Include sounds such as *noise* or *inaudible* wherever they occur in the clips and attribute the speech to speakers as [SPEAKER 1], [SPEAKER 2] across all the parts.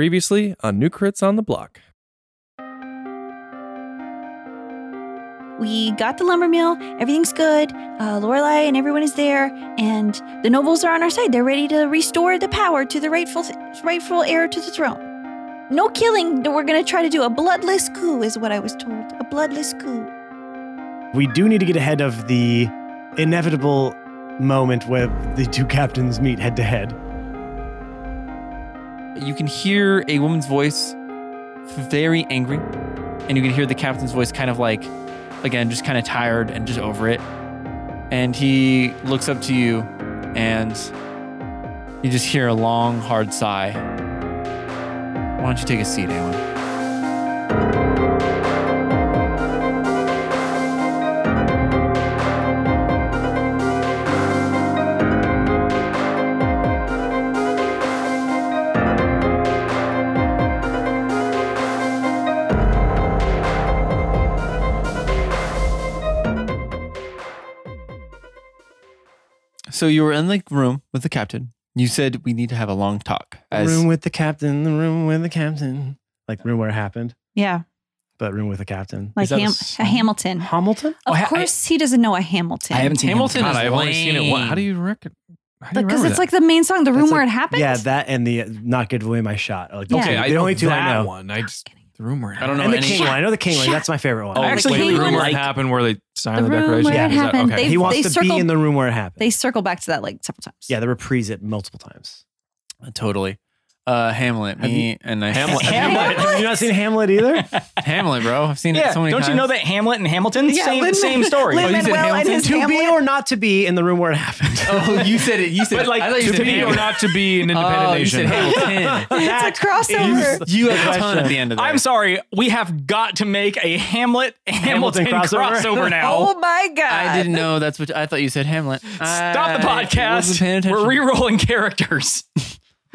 [SPEAKER 1] Previously on New Crits on the Block.
[SPEAKER 2] We got the lumber mill. Everything's good. Uh, Lorelai and everyone is there, and the nobles are on our side. They're ready to restore the power to the rightful rightful heir to the throne. No killing. We're gonna try to do a bloodless coup, is what I was told. A bloodless coup.
[SPEAKER 3] We do need to get ahead of the inevitable moment where the two captains meet head to head.
[SPEAKER 4] You can hear a woman's voice, very angry, and you can hear the captain's voice, kind of like, again, just kind of tired and just over it. And he looks up to you, and you just hear a long, hard sigh. Why don't you take a seat, Aelin? So you were in the room with the captain. You said we need to have a long talk. As
[SPEAKER 3] room with the captain, the room with the captain. Like room where it happened,
[SPEAKER 2] Yeah,
[SPEAKER 3] but room with the captain.
[SPEAKER 2] like
[SPEAKER 4] that a
[SPEAKER 2] Ham- a,
[SPEAKER 4] song?
[SPEAKER 2] Hamilton.
[SPEAKER 3] Hamilton?
[SPEAKER 2] Of
[SPEAKER 4] Oh, I- I-
[SPEAKER 2] course, he doesn't know a Hamilton.
[SPEAKER 5] I haven't seen
[SPEAKER 4] Hamilton
[SPEAKER 1] God,
[SPEAKER 4] is
[SPEAKER 1] I've only seen it. One. How do you reckon? How do you
[SPEAKER 2] because
[SPEAKER 1] remember
[SPEAKER 2] it's
[SPEAKER 1] that?
[SPEAKER 2] like the main song, the room
[SPEAKER 3] That's
[SPEAKER 2] where
[SPEAKER 3] like-
[SPEAKER 2] it happened.
[SPEAKER 3] Yeah, that and the uh, not give away my shot. are, Like, the
[SPEAKER 2] Yeah.
[SPEAKER 3] two-
[SPEAKER 1] okay, I,
[SPEAKER 3] the only two
[SPEAKER 1] that
[SPEAKER 3] I know.
[SPEAKER 1] one. I just the rumor.
[SPEAKER 4] I don't know
[SPEAKER 3] And the
[SPEAKER 4] any-
[SPEAKER 3] king one. I know the king one. That's my favorite one.
[SPEAKER 4] Oh,
[SPEAKER 1] I
[SPEAKER 4] wait,
[SPEAKER 1] actually
[SPEAKER 4] wait,
[SPEAKER 1] think
[SPEAKER 4] wait,
[SPEAKER 1] rumor
[SPEAKER 4] like-
[SPEAKER 1] happened where they signed
[SPEAKER 2] The
[SPEAKER 1] the,
[SPEAKER 2] room
[SPEAKER 1] declaration.
[SPEAKER 2] where it
[SPEAKER 1] Is that-
[SPEAKER 2] happened,
[SPEAKER 1] okay.
[SPEAKER 2] they-
[SPEAKER 3] he wants
[SPEAKER 2] they
[SPEAKER 3] to
[SPEAKER 2] circled-
[SPEAKER 3] be in the room where it happened.
[SPEAKER 2] they circle back to that like several times.
[SPEAKER 3] yeah, they reprise it
[SPEAKER 2] *laughs*
[SPEAKER 3] multiple times.
[SPEAKER 4] Totally. Uh, Hamlet.
[SPEAKER 3] Have
[SPEAKER 4] Me and I.
[SPEAKER 1] Hamlet.
[SPEAKER 4] *laughs*
[SPEAKER 5] Hamlet.
[SPEAKER 3] Have you not seen
[SPEAKER 2] *laughs*
[SPEAKER 3] Hamlet either?
[SPEAKER 4] Hamlet, bro. I've seen it so many
[SPEAKER 5] don't
[SPEAKER 4] times.
[SPEAKER 5] you know that Hamlet and Hamilton
[SPEAKER 2] Yeah,
[SPEAKER 5] same
[SPEAKER 2] Lin-
[SPEAKER 5] same story?
[SPEAKER 2] Lin-
[SPEAKER 4] Oh, you said
[SPEAKER 2] Manuel and
[SPEAKER 4] Hamilton?
[SPEAKER 2] his
[SPEAKER 3] to be
[SPEAKER 2] Hamlet.
[SPEAKER 3] or not to be in the room where it
[SPEAKER 2] *laughs*
[SPEAKER 3] happened.
[SPEAKER 4] *laughs* Oh, you said it. You said
[SPEAKER 1] But
[SPEAKER 4] it. I
[SPEAKER 1] like
[SPEAKER 4] thought you
[SPEAKER 1] to
[SPEAKER 4] said
[SPEAKER 1] be or
[SPEAKER 4] Hamilton.
[SPEAKER 1] not to be an independent
[SPEAKER 4] Oh, you
[SPEAKER 1] nation.
[SPEAKER 4] said *laughs* Hamilton.
[SPEAKER 3] *laughs* That
[SPEAKER 2] it's a crossover.
[SPEAKER 3] is-
[SPEAKER 4] You have a
[SPEAKER 3] Question.
[SPEAKER 4] ton at the end of that.
[SPEAKER 5] I'm sorry, we have got to make a Hamlet Hamilton,
[SPEAKER 3] crossover?
[SPEAKER 5] crossover, now.
[SPEAKER 2] oh my god!
[SPEAKER 4] I didn't know that's what I thought you said Hamlet.
[SPEAKER 5] Stop the podcast. We're re-rolling characters.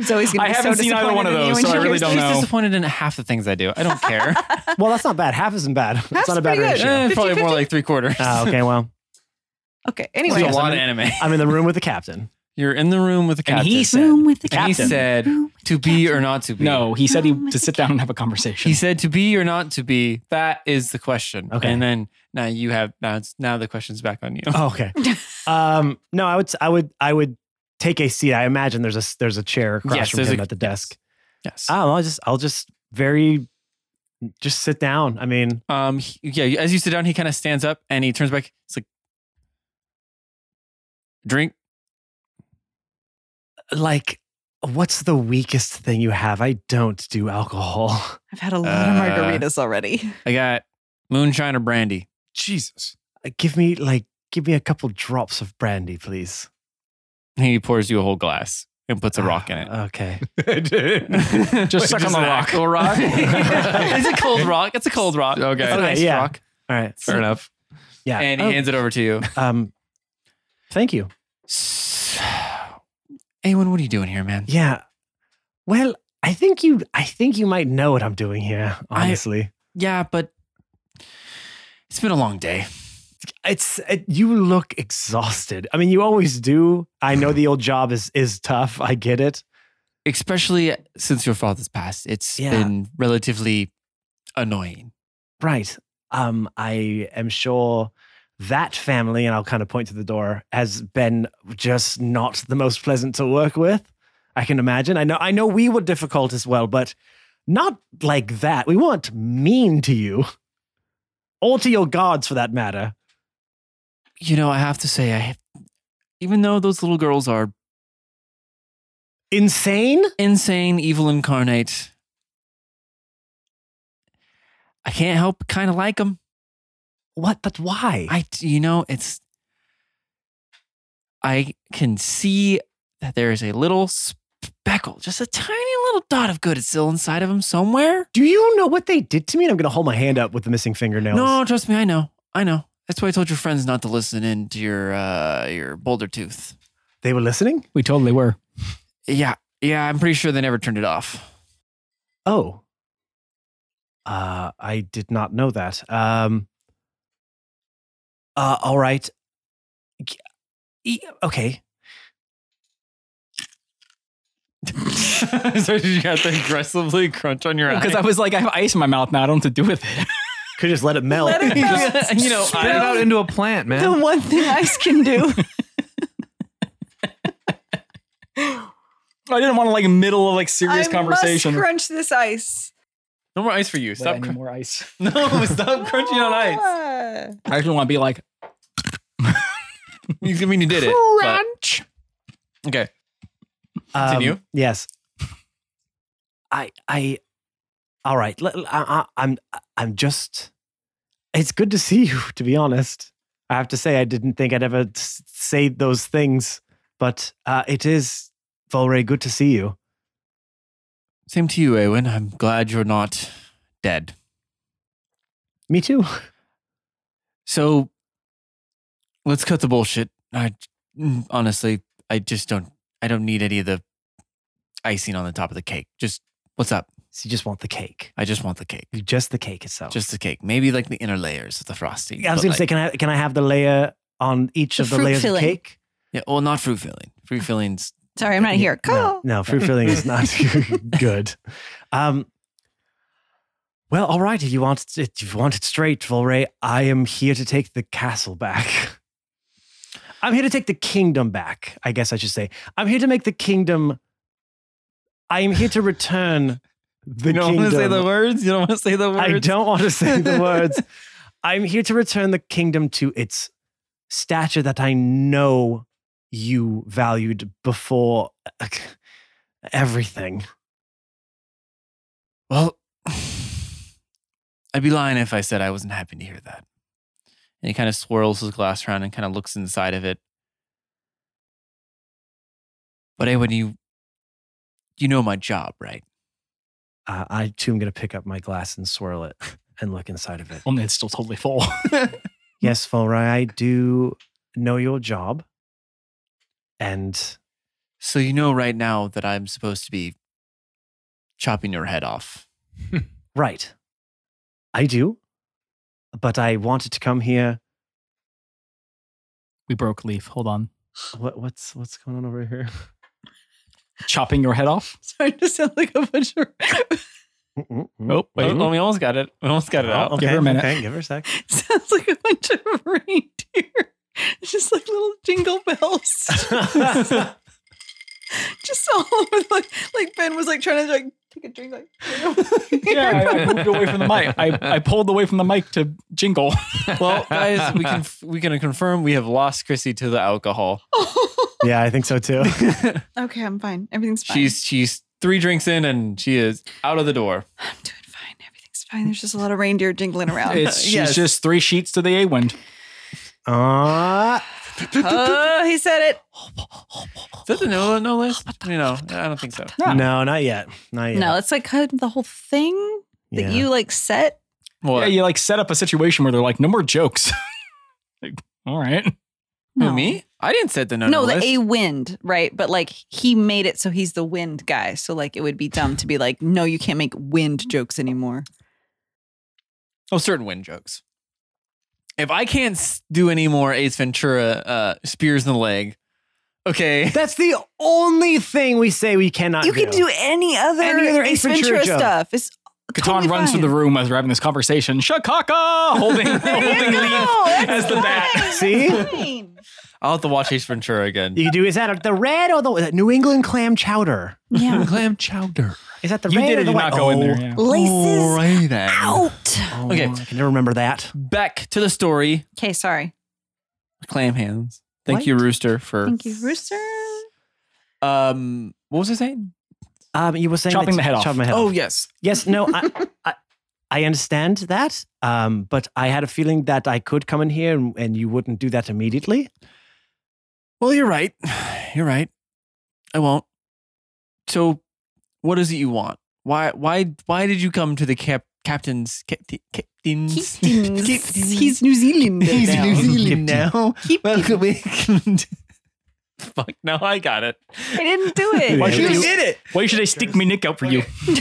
[SPEAKER 2] Zoe's gonna
[SPEAKER 5] I
[SPEAKER 2] be so
[SPEAKER 5] haven't seen either
[SPEAKER 2] disappointed
[SPEAKER 5] one of
[SPEAKER 2] in you
[SPEAKER 5] those,
[SPEAKER 2] when she
[SPEAKER 5] so I really
[SPEAKER 2] hears
[SPEAKER 5] don't
[SPEAKER 2] this.
[SPEAKER 4] She's
[SPEAKER 5] know.
[SPEAKER 4] disappointed in half the things I do. I *laughs* don't care.
[SPEAKER 3] well, that's not bad. Half isn't bad. That's not a bad
[SPEAKER 2] pretty good.
[SPEAKER 3] ratio.
[SPEAKER 4] Eh, probably
[SPEAKER 2] 50-50?
[SPEAKER 4] more like three quarters.
[SPEAKER 3] Ah, okay, well,
[SPEAKER 2] Okay.
[SPEAKER 4] There's
[SPEAKER 2] Anyway,
[SPEAKER 4] a
[SPEAKER 3] Yes,
[SPEAKER 4] lot
[SPEAKER 3] I'm
[SPEAKER 4] of anime.
[SPEAKER 3] I'm in the room with the captain.
[SPEAKER 4] You're in the room with the
[SPEAKER 5] And
[SPEAKER 4] captain.
[SPEAKER 5] he
[SPEAKER 2] room
[SPEAKER 5] said-
[SPEAKER 2] with the
[SPEAKER 4] And he
[SPEAKER 2] captain.
[SPEAKER 4] said
[SPEAKER 2] Room with
[SPEAKER 4] to
[SPEAKER 2] the
[SPEAKER 4] be or
[SPEAKER 2] captain.
[SPEAKER 4] not to be.
[SPEAKER 5] *laughs* No, he said he
[SPEAKER 2] Hamlet
[SPEAKER 5] to
[SPEAKER 2] the
[SPEAKER 5] sit down and have a
[SPEAKER 4] He
[SPEAKER 5] conversation. *laughs*
[SPEAKER 4] said to be or not to be. That is the question.
[SPEAKER 3] Okay.
[SPEAKER 4] And then now you have now it's now the question's back on you.
[SPEAKER 3] Oh,
[SPEAKER 2] *laughs*
[SPEAKER 3] okay. Um, no, I would, I would, I would take a seat. I imagine there's a there's a chair across
[SPEAKER 4] Yes,
[SPEAKER 3] from
[SPEAKER 4] there's
[SPEAKER 3] him
[SPEAKER 4] a-
[SPEAKER 3] at the desk.
[SPEAKER 4] Yes.
[SPEAKER 3] Oh, I'll just, I'll just very, just sit down. I mean,
[SPEAKER 4] Um. he- yeah. As you sit down, he kind of stands up and he turns back. It's like, drink.
[SPEAKER 3] like, what's the weakest thing you have? I don't do alcohol. *laughs*
[SPEAKER 2] I've had a lot of
[SPEAKER 4] Uh,
[SPEAKER 2] margaritas already.
[SPEAKER 4] I got moonshine or brandy.
[SPEAKER 1] Jesus.
[SPEAKER 3] Give me like, give me a couple drops of brandy, please.
[SPEAKER 4] He pours you a whole glass and puts a rock in *laughs* it.
[SPEAKER 3] Ah, Okay.
[SPEAKER 4] *laughs*
[SPEAKER 5] Just suck on the
[SPEAKER 4] an
[SPEAKER 5] rock.
[SPEAKER 4] actual rock. *laughs* it's a cold rock. It's a cold rock.
[SPEAKER 1] Okay.
[SPEAKER 4] It's an
[SPEAKER 3] Okay,
[SPEAKER 4] ice
[SPEAKER 3] yeah.
[SPEAKER 4] rock.
[SPEAKER 3] All right.
[SPEAKER 1] Fair enough.
[SPEAKER 3] Yeah.
[SPEAKER 4] And he
[SPEAKER 3] Oh,
[SPEAKER 4] hands it over to you.
[SPEAKER 3] um, thank you.
[SPEAKER 4] Awen, what are you doing here, man?
[SPEAKER 3] Yeah. Well, I think you I think you might know what I'm doing here,
[SPEAKER 4] I-
[SPEAKER 3] honestly.
[SPEAKER 4] Yeah, but it's been a long day.
[SPEAKER 3] it's it, you look exhausted. I mean, you always do. I know the old job is is tough. I get it.
[SPEAKER 4] Especially since your father's passed. It's
[SPEAKER 3] Yeah.
[SPEAKER 4] been relatively annoying.
[SPEAKER 3] Right. Um I am sure that family and I'll kind of point to the door has been just not the most pleasant to work with. I can imagine. I know I know we were difficult as well, but not like that. We weren't mean to you or to your guards for that matter.
[SPEAKER 4] You know, I have to say, I have, even though those little girls are
[SPEAKER 3] Insane?
[SPEAKER 4] insane, evil incarnate, I can't help but kind of like them.
[SPEAKER 3] What? But why?
[SPEAKER 4] I, you know, it's. I can see that there is a little speckle, just a tiny little dot of good. It's still inside of him somewhere.
[SPEAKER 3] Do you know what they did to me? And I'm going to hold my hand up with the missing fingernails.
[SPEAKER 4] No, trust me, I know, I know. That's why I told your friends not to listen in to your uh, your boulder tooth.
[SPEAKER 3] They were listening?
[SPEAKER 5] we totally were.
[SPEAKER 4] Yeah, yeah, I'm pretty sure they never turned it off. *laughs*
[SPEAKER 3] Oh. Uh, I did not know that. Um, uh, all right. G- e- Okay.
[SPEAKER 4] so you have to aggressively crunch on your eye.
[SPEAKER 5] Because I was like, I have ice in my mouth now. I don't know what to do with it.
[SPEAKER 3] Could just let it melt.
[SPEAKER 6] *laughs*
[SPEAKER 4] you know,
[SPEAKER 1] Spit it out into a plant,
[SPEAKER 2] *laughs* The
[SPEAKER 1] man.
[SPEAKER 2] one thing ice can do.
[SPEAKER 5] *laughs*
[SPEAKER 2] *laughs*
[SPEAKER 5] I didn't want to like middle of like serious
[SPEAKER 6] I
[SPEAKER 5] conversation.
[SPEAKER 6] must crunch this ice.
[SPEAKER 4] no more ice for you.
[SPEAKER 5] Wait, I
[SPEAKER 4] Stop.
[SPEAKER 5] need
[SPEAKER 4] Cr-
[SPEAKER 5] more ice.
[SPEAKER 4] *laughs* no, stop crunching on ice.
[SPEAKER 6] Ah.
[SPEAKER 5] I actually want to be like,
[SPEAKER 4] *laughs* You I mean you did it? but- okay.
[SPEAKER 3] Um,
[SPEAKER 4] Continue.
[SPEAKER 3] yes. I I all right. let- I, am I'm just. It's good to see you. *laughs* To be honest, I have to say I didn't think I'd ever s- say those things, but uh, it is Volray. Good to see you.
[SPEAKER 4] Same to you, Eowyn. I'm glad you're not dead.
[SPEAKER 3] Me too. *laughs*
[SPEAKER 4] So let's cut the bullshit. I mm, honestly, I just don't. I don't need any of the icing on the top of the cake. Just what's up?
[SPEAKER 3] So you just want the cake.
[SPEAKER 4] I just want the cake.
[SPEAKER 3] You just the cake itself.
[SPEAKER 4] Just the cake. Maybe like the inner layers of the frosting.
[SPEAKER 3] I was
[SPEAKER 4] but,
[SPEAKER 3] gonna
[SPEAKER 4] like-
[SPEAKER 3] say, can I can I have the layer on each
[SPEAKER 2] The
[SPEAKER 3] of the
[SPEAKER 2] fruit
[SPEAKER 3] layers
[SPEAKER 2] filling.
[SPEAKER 3] of cake?
[SPEAKER 4] Yeah, well, not fruit filling. Fruit *laughs* filling's
[SPEAKER 2] Sorry, I'm not here.
[SPEAKER 3] No,
[SPEAKER 6] "Oh."
[SPEAKER 2] Cool.
[SPEAKER 3] no, fruit filling is not good. Um, well, all right. If you want it, if you want it straight, Volray, I am here to take the castle back. I'm here to take the kingdom back. I guess I should say. I'm here to make the kingdom. I am here to return the kingdom.
[SPEAKER 4] words. You don't want to say the
[SPEAKER 3] I don't want to say
[SPEAKER 5] *laughs*
[SPEAKER 3] the words. I'm here to return the kingdom to its stature that I know you valued before uh, everything.
[SPEAKER 4] Well, *sighs* I'd be lying if I said I wasn't happy to hear that. And he kind of swirls his glass around and kind of looks inside of it. But hey, when you you know my job, right?
[SPEAKER 3] Uh, I too am going to pick up my glass and swirl it and look inside of it.
[SPEAKER 5] only Oh, it's still totally full. *laughs*
[SPEAKER 3] Yes, Volrai, I do know your job. And
[SPEAKER 4] So you know right now that I'm supposed to be chopping your head off.
[SPEAKER 3] right, I do. But I wanted to come here.
[SPEAKER 5] we broke leaf. Hold on.
[SPEAKER 3] What, what's what's going on over here?
[SPEAKER 5] Chopping your head off?
[SPEAKER 6] *laughs* Sorry to sound like
[SPEAKER 4] *laughs*
[SPEAKER 6] a butcher.
[SPEAKER 3] Mm-mm-mm.
[SPEAKER 5] Oh, wait.
[SPEAKER 3] Oh,
[SPEAKER 4] we almost got it. We almost got
[SPEAKER 3] okay,
[SPEAKER 5] Give her a minute.
[SPEAKER 3] Okay, give her a sec.
[SPEAKER 6] *laughs* Sounds like a bunch of *laughs* reindeer. It's just like little jingle
[SPEAKER 4] *laughs*
[SPEAKER 3] *laughs*
[SPEAKER 6] bells. *laughs* just all over the, *laughs* like, like Ben was like trying to like take a drink like
[SPEAKER 5] *laughs* *laughs* yeah,
[SPEAKER 6] *laughs*
[SPEAKER 5] I, I moved away from the mic. I, I pulled away from the mic to
[SPEAKER 4] *laughs*
[SPEAKER 5] jingle.
[SPEAKER 4] well, guys, we
[SPEAKER 2] *laughs*
[SPEAKER 4] can we can confirm we have lost Chrissy to the alcohol.
[SPEAKER 3] Yeah, I think so too.
[SPEAKER 6] Okay, I'm fine. Everything's fine.
[SPEAKER 4] She's she's three drinks in and she is out of the door.
[SPEAKER 6] I'm doing fine. Everything's fine. There's just a lot of reindeer jingling around. *laughs*
[SPEAKER 5] It's she's
[SPEAKER 4] Yes.
[SPEAKER 5] just three sheets to the A wind.
[SPEAKER 3] Uh,
[SPEAKER 6] oh, he said it.
[SPEAKER 4] Is that the no no list? You know, I don't think so.
[SPEAKER 3] no, not yet. Not yet.
[SPEAKER 2] No, it's like kind of the whole thing that
[SPEAKER 3] Yeah.
[SPEAKER 2] you like set.
[SPEAKER 4] What?
[SPEAKER 5] Yeah, you like set up a situation where they're like, no more jokes. *laughs* like, all right.
[SPEAKER 4] Who,
[SPEAKER 2] No.
[SPEAKER 4] me? I didn't set the no no
[SPEAKER 2] No, the
[SPEAKER 4] list.
[SPEAKER 2] a wind, right? But like he made it so he's the wind guy. So like it would be dumb to be like, no, you can't make wind jokes anymore.
[SPEAKER 4] oh, certain wind jokes. If I can't s- do any more Ace Ventura uh, spears in the leg, okay. *laughs*
[SPEAKER 3] That's the only thing we say we cannot
[SPEAKER 2] you can do any other,
[SPEAKER 3] Any other
[SPEAKER 2] Ace
[SPEAKER 3] Ace Ventura
[SPEAKER 2] Ventura
[SPEAKER 3] joke.
[SPEAKER 2] stuff. It's
[SPEAKER 5] Catan
[SPEAKER 2] totally
[SPEAKER 5] runs
[SPEAKER 2] fine.
[SPEAKER 5] through
[SPEAKER 2] *laughs*
[SPEAKER 5] the room as we're having this conversation. Shakaka! *laughs* Holding, holding
[SPEAKER 2] No,
[SPEAKER 5] leaf
[SPEAKER 2] that's
[SPEAKER 5] as the bat.
[SPEAKER 2] fine.
[SPEAKER 3] See?
[SPEAKER 2] Fine.
[SPEAKER 4] I'll have to watch Ace Ventura again.
[SPEAKER 3] You can do is that the red or the New England clam chowder?
[SPEAKER 2] Yeah.
[SPEAKER 1] Clam chowder.
[SPEAKER 3] Is that the
[SPEAKER 5] You
[SPEAKER 3] red
[SPEAKER 5] did
[SPEAKER 3] or
[SPEAKER 5] it,
[SPEAKER 3] the
[SPEAKER 5] you
[SPEAKER 3] white?
[SPEAKER 5] not go in there. yeah.
[SPEAKER 2] Laces
[SPEAKER 4] Alright then.
[SPEAKER 2] out.
[SPEAKER 3] Oh,
[SPEAKER 4] Okay.
[SPEAKER 3] I can never remember that.
[SPEAKER 4] Back to the story.
[SPEAKER 2] Okay, sorry.
[SPEAKER 4] Clam hands. Thank you,
[SPEAKER 3] What?
[SPEAKER 4] Rooster, for
[SPEAKER 2] Thank you, Rooster.
[SPEAKER 4] um. What was I saying?
[SPEAKER 3] Um, you were saying
[SPEAKER 5] Chopping
[SPEAKER 3] that-
[SPEAKER 5] the head off.
[SPEAKER 3] Chopping the head
[SPEAKER 4] Oh
[SPEAKER 3] off.
[SPEAKER 4] yes.
[SPEAKER 3] Yes. No. I, I, I understand that. Um, but I had a feeling that I could come in here and, and you wouldn't do that immediately.
[SPEAKER 4] Well, you're right. *sighs* You're right. I won't. So, what is it you want? Why? Why? Why did you come to the cap, captain's capti- *laughs* captain's?
[SPEAKER 2] Keeptins.
[SPEAKER 4] Keeptins.
[SPEAKER 2] He's New Zealander.
[SPEAKER 4] He's
[SPEAKER 2] now.
[SPEAKER 4] New Zealand now.
[SPEAKER 2] Keeptins.
[SPEAKER 4] *laughs* Welcome England. Fuck! No, I got it.
[SPEAKER 2] I didn't do it.
[SPEAKER 3] Why should you-
[SPEAKER 4] you did it.
[SPEAKER 5] Why should I stick me nick out *laughs* for you?
[SPEAKER 2] *laughs* we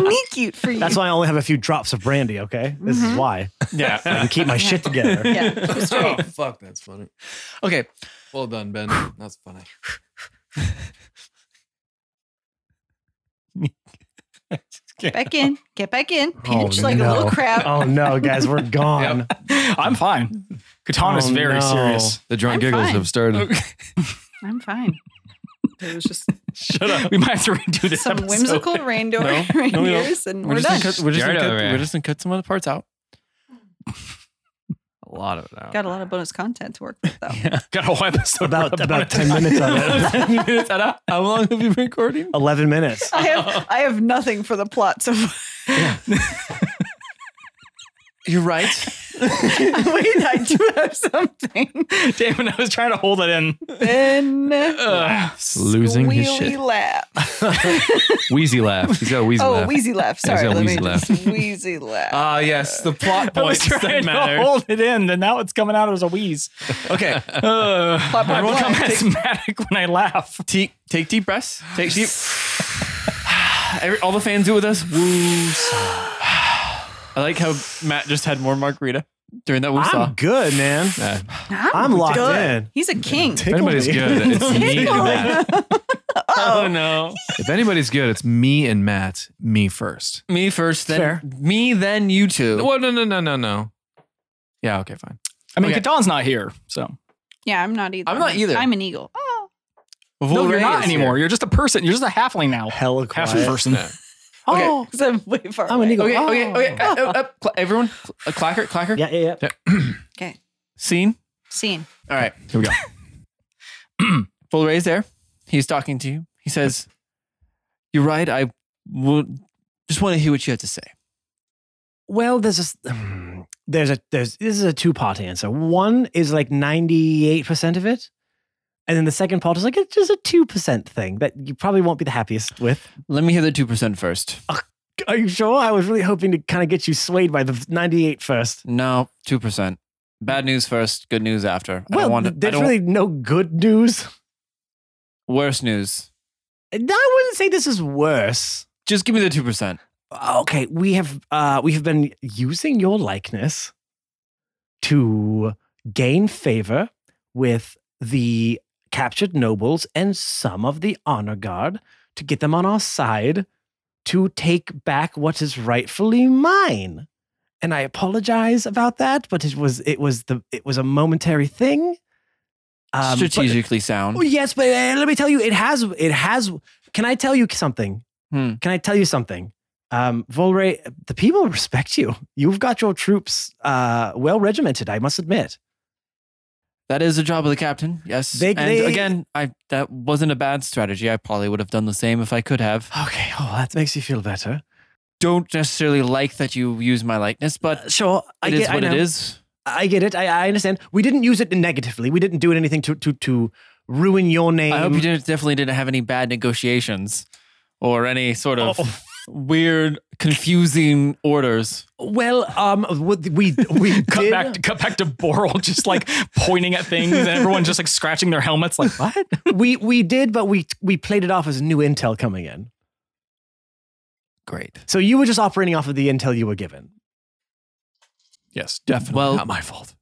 [SPEAKER 2] need cute for you.
[SPEAKER 3] That's why I only have a few drops of brandy. Okay, this
[SPEAKER 2] Mm-hmm.
[SPEAKER 3] is why
[SPEAKER 1] *laughs*
[SPEAKER 3] I
[SPEAKER 7] *laughs*
[SPEAKER 4] Yeah.
[SPEAKER 3] can keep my shit together.
[SPEAKER 2] yeah.
[SPEAKER 7] Oh,
[SPEAKER 1] Oh, fuck, that's funny.
[SPEAKER 4] okay.
[SPEAKER 1] Well done, Ben. That's funny.
[SPEAKER 2] Back in. Get back in.
[SPEAKER 4] Oh,
[SPEAKER 2] Pinch like a little
[SPEAKER 3] Oh, no.
[SPEAKER 2] crab.
[SPEAKER 3] Oh
[SPEAKER 2] *laughs*
[SPEAKER 3] no, guys, we're gone.
[SPEAKER 5] I'm fine. Katana's
[SPEAKER 3] Oh,
[SPEAKER 5] very
[SPEAKER 3] no.
[SPEAKER 5] serious.
[SPEAKER 7] The drunk
[SPEAKER 2] I'm
[SPEAKER 7] giggles
[SPEAKER 2] fine.
[SPEAKER 1] *laughs*
[SPEAKER 7] have started.
[SPEAKER 6] I'm fine. It was just
[SPEAKER 5] Shut up. We might have to redo this
[SPEAKER 6] some
[SPEAKER 5] episode.
[SPEAKER 6] whimsical
[SPEAKER 4] *laughs*
[SPEAKER 6] reindeer
[SPEAKER 4] No, no, we don't.
[SPEAKER 6] reindeers, and
[SPEAKER 4] We're,
[SPEAKER 6] we're
[SPEAKER 4] just
[SPEAKER 6] done.
[SPEAKER 4] gonna cut, we're, just gonna
[SPEAKER 7] Jared
[SPEAKER 4] cut,
[SPEAKER 7] over here.
[SPEAKER 4] we're just gonna cut some of the parts out.
[SPEAKER 7] A lot of it
[SPEAKER 4] *laughs*
[SPEAKER 7] out.
[SPEAKER 6] Got a lot of bonus content to work with, though.
[SPEAKER 5] *laughs* Got a whole episode.
[SPEAKER 3] about
[SPEAKER 4] *laughs*
[SPEAKER 5] worth of
[SPEAKER 3] about
[SPEAKER 5] it.
[SPEAKER 3] ten minutes of it.
[SPEAKER 4] How long have you been *laughs* recording?
[SPEAKER 3] Eleven minutes.
[SPEAKER 6] I
[SPEAKER 4] *laughs*
[SPEAKER 6] have I have nothing for the plot, so *laughs*
[SPEAKER 4] You're right.
[SPEAKER 6] wait, I do have something.
[SPEAKER 5] Damn it, I was trying to hold it in.
[SPEAKER 6] Then
[SPEAKER 4] Uh,
[SPEAKER 5] Ugh.
[SPEAKER 7] Losing his
[SPEAKER 6] squealy
[SPEAKER 7] shit.
[SPEAKER 6] laugh.
[SPEAKER 7] Wheezy laugh. He's got a wheezy
[SPEAKER 6] oh,
[SPEAKER 7] laugh.
[SPEAKER 6] wheezy laugh.
[SPEAKER 7] Yeah, he's
[SPEAKER 6] Sorry,
[SPEAKER 7] got
[SPEAKER 6] let
[SPEAKER 7] wheezy
[SPEAKER 6] me
[SPEAKER 7] laugh.
[SPEAKER 6] just wheezy laugh.
[SPEAKER 4] Ah, yes,
[SPEAKER 2] *laughs*
[SPEAKER 4] the plot
[SPEAKER 2] Oh,
[SPEAKER 5] I was
[SPEAKER 4] points
[SPEAKER 5] trying
[SPEAKER 4] that
[SPEAKER 5] to
[SPEAKER 4] matter.
[SPEAKER 5] hold it in, and now it's coming out as a wheeze.
[SPEAKER 4] Okay,
[SPEAKER 5] Uh,
[SPEAKER 6] Plop,
[SPEAKER 5] I
[SPEAKER 6] plop,
[SPEAKER 5] become
[SPEAKER 6] plop.
[SPEAKER 5] asthmatic when I laugh.
[SPEAKER 4] take take deep breaths. Take deep. *sighs* Every, all the fans do it with us. Woos. *sighs* I like how Matt just had more margarita during that
[SPEAKER 3] I'm
[SPEAKER 4] woosah.
[SPEAKER 3] good, man. I'm locked in.
[SPEAKER 6] He's a king.
[SPEAKER 7] If
[SPEAKER 3] Tickle
[SPEAKER 7] anybody's
[SPEAKER 3] me.
[SPEAKER 7] good, it's me and Matt.
[SPEAKER 4] Oh no!
[SPEAKER 7] If anybody's good, it's me and Matt. Me first.
[SPEAKER 4] Me first, then
[SPEAKER 3] Fair.
[SPEAKER 4] me, then you two.
[SPEAKER 7] Well, no, no, no, no, no. Yeah. Okay. Fine.
[SPEAKER 5] I mean,
[SPEAKER 4] Okay.
[SPEAKER 5] Katan's not here, so.
[SPEAKER 6] *laughs* Yeah, I'm not either.
[SPEAKER 4] I'm not either.
[SPEAKER 6] I'm an eagle. Oh,
[SPEAKER 5] no, you're
[SPEAKER 4] Volare
[SPEAKER 5] not
[SPEAKER 4] is here.
[SPEAKER 5] anymore. You're just a person. You're just a halfling now.
[SPEAKER 3] Hella
[SPEAKER 5] Half
[SPEAKER 3] quiet.
[SPEAKER 4] Mm.
[SPEAKER 5] person.
[SPEAKER 4] Okay.
[SPEAKER 3] Oh,
[SPEAKER 6] because I'm way far.
[SPEAKER 3] I'm an
[SPEAKER 6] away.
[SPEAKER 3] eagle.
[SPEAKER 4] Okay,
[SPEAKER 3] Oh.
[SPEAKER 4] okay, okay. Uh, uh, uh, cl- everyone, cl- uh, clacker, clacker.
[SPEAKER 3] Yeah, yeah, yeah.
[SPEAKER 4] Scene.
[SPEAKER 6] Scene.
[SPEAKER 4] All right.
[SPEAKER 5] Here we go.
[SPEAKER 4] *clears throat* Full Ray's there. He's talking to you. He says, You're right. I will just want to hear what you have to say.
[SPEAKER 3] Well, there's a s- hmm, *sighs* there's a there's this is a two part answer. One is like ninety eight percent of it, and then the second part is like it's just a two percent thing that you probably won't be the happiest with.
[SPEAKER 4] Let me hear the 2% first.
[SPEAKER 3] Are you sure? I was really hoping to kind of get you swayed by the 98 first.
[SPEAKER 4] No, 2%. Bad news first, good news after. I
[SPEAKER 3] Well,
[SPEAKER 4] don't want to, I
[SPEAKER 3] there's
[SPEAKER 4] don't,
[SPEAKER 3] really no good
[SPEAKER 4] *laughs*
[SPEAKER 3] news.
[SPEAKER 4] worse news.
[SPEAKER 3] And I wouldn't say this is worse.
[SPEAKER 4] Just give me the 2%.
[SPEAKER 3] Okay, we have uh, we have been using your likeness to gain favor with the captured nobles and some of the honor guard to get them on our side to take back what is rightfully mine. And I apologize about that, but it was it was the it was a momentary thing. Um, but-
[SPEAKER 4] Strategically sound.
[SPEAKER 3] Oh, yes, but uh, let me tell you, it has. It has. Can I tell you something?
[SPEAKER 4] Hmm.
[SPEAKER 3] Can I tell you something? Um, Volre, the people respect you. You've got your troops uh, well regimented. I must admit.
[SPEAKER 4] That is the job of the captain. Yes.
[SPEAKER 3] They-
[SPEAKER 4] and
[SPEAKER 3] they-
[SPEAKER 4] again, I that wasn't a bad strategy. I probably would have done the same if I could have.
[SPEAKER 3] Okay. Oh, that makes you feel better.
[SPEAKER 4] Don't necessarily like that you use my likeness, but
[SPEAKER 3] Uh, sure. I
[SPEAKER 4] it
[SPEAKER 3] get
[SPEAKER 4] is what
[SPEAKER 3] I
[SPEAKER 4] it
[SPEAKER 3] know.
[SPEAKER 4] is.
[SPEAKER 3] I get it. I, I understand. We didn't use it negatively. We didn't do anything to to to ruin your name.
[SPEAKER 4] I hope you didn't, definitely didn't have any bad negotiations or any sort of
[SPEAKER 3] Oh.
[SPEAKER 4] *laughs* weird, confusing orders.
[SPEAKER 3] Well, um, what- we we
[SPEAKER 5] *laughs* Cut
[SPEAKER 3] did.
[SPEAKER 5] back, cut back to Boral, *laughs* just like pointing at things, and everyone just like scratching their helmets, like what?
[SPEAKER 3] we we did, but we we played it off as new intel coming in.
[SPEAKER 4] Great. *laughs*
[SPEAKER 3] So you were just operating off of the intel you were given.
[SPEAKER 5] Yes, definitely.
[SPEAKER 4] Well,
[SPEAKER 7] Not my fault.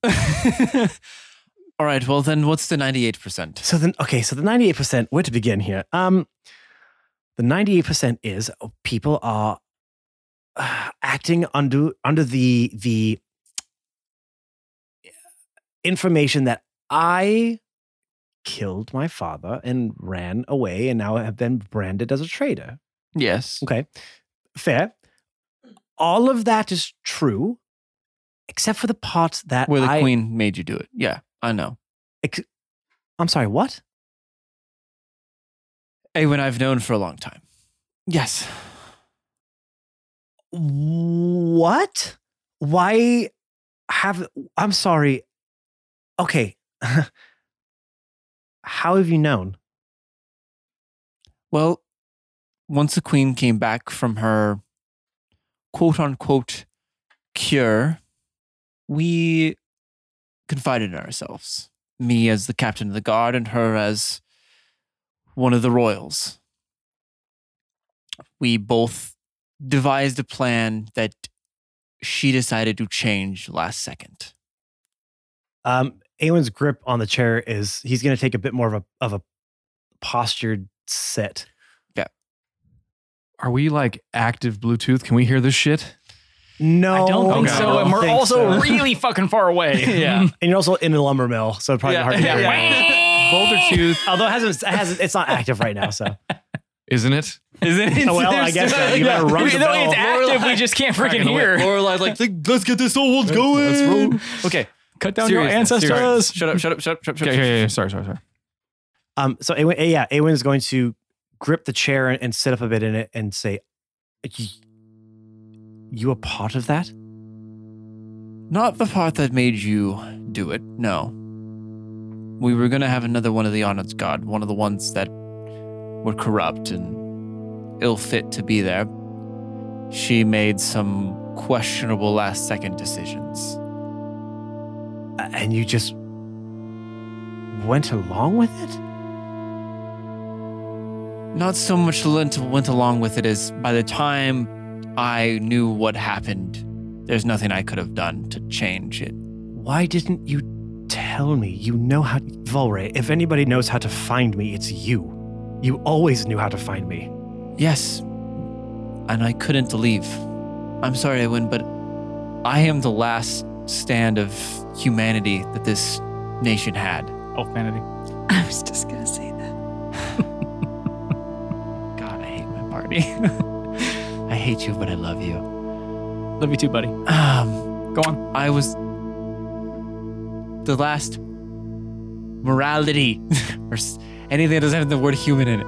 [SPEAKER 4] all right. Well, then what's the 98%?
[SPEAKER 3] So then, okay, so the ninety-eight percent. Where to begin here? Um, the ninety-eight percent is oh, people are uh, acting under under the the information that I killed my father and ran away, and now have been branded as a traitor.
[SPEAKER 4] Yes.
[SPEAKER 3] Okay, fair. All of that is true, except for the part that
[SPEAKER 4] Where the
[SPEAKER 3] I-
[SPEAKER 4] queen made you do it. Yeah, I know.
[SPEAKER 3] I'm sorry, what?
[SPEAKER 4] Awen, Eh, I've known for a long time. Yes.
[SPEAKER 3] what why have i'm sorry okay *laughs* how have you known
[SPEAKER 4] Well, once the queen came back from her quote unquote cure, we confided in ourselves. Me as the captain of the guard and her as one of the royals. We both devised a plan that she decided to change last second.
[SPEAKER 3] um awen's grip on the chair is he's going to take a bit more of a of a postured sit
[SPEAKER 4] Yeah.
[SPEAKER 7] Are we like active Bluetooth? Can we hear this shit?
[SPEAKER 3] No,
[SPEAKER 5] I don't think
[SPEAKER 7] Okay.
[SPEAKER 5] so.
[SPEAKER 7] I
[SPEAKER 5] And we're
[SPEAKER 3] think so.
[SPEAKER 5] also really fucking far away. *laughs*
[SPEAKER 4] yeah.
[SPEAKER 3] and you're also in a lumber mill, so probably hard to hear.
[SPEAKER 4] Boulder Tooth,
[SPEAKER 3] Although it hasn't, it hasn't, it's not active right now. So
[SPEAKER 7] Isn't it?
[SPEAKER 4] isn't
[SPEAKER 3] *laughs*
[SPEAKER 4] it?
[SPEAKER 3] Oh, well, I guess so. You better
[SPEAKER 5] *laughs*
[SPEAKER 3] run
[SPEAKER 5] We-
[SPEAKER 3] the
[SPEAKER 5] no,
[SPEAKER 3] bell.
[SPEAKER 5] it's active. We just can't freaking hear.
[SPEAKER 4] Lorelai's like, let's get this old going. Okay.
[SPEAKER 5] Cut down your
[SPEAKER 4] seriousness, seriousness.
[SPEAKER 5] ancestors.
[SPEAKER 4] Shut up, shut up, shut up, shut up. Shut
[SPEAKER 7] Yeah,
[SPEAKER 4] up.
[SPEAKER 7] yeah, yeah, yeah. Sorry, sorry, sorry.
[SPEAKER 3] Um, so Awen, eh, yeah, Awen's going to grip the chair and, and sit up a bit in it and say, "Y- "You a part of that?
[SPEAKER 4] Not the part that made you do it, no. We were going to have another one of the Honored Guard, one of the ones that were corrupt and ill fit to be there. She made some questionable last second decisions.
[SPEAKER 3] A- And you just went along with it?
[SPEAKER 4] Not so much lent, went along with it as by the time I knew what happened, there's nothing I could have done to change it.
[SPEAKER 3] Why didn't you tell me? You know how, Volre. If anybody knows how to find me, it's you. You always knew how to find me.
[SPEAKER 4] Yes, and I couldn't leave. I'm sorry, Edwin, but I am the last stand of humanity that this nation had.
[SPEAKER 5] Oh, vanity.
[SPEAKER 6] *laughs* I was just gonna say that.
[SPEAKER 4] God, I hate my party. *laughs* I hate you, but I love you.
[SPEAKER 5] Love you too, buddy.
[SPEAKER 4] Um,
[SPEAKER 5] Go on.
[SPEAKER 4] I was the last morality, *laughs* or s- anything that doesn't have the word human in it.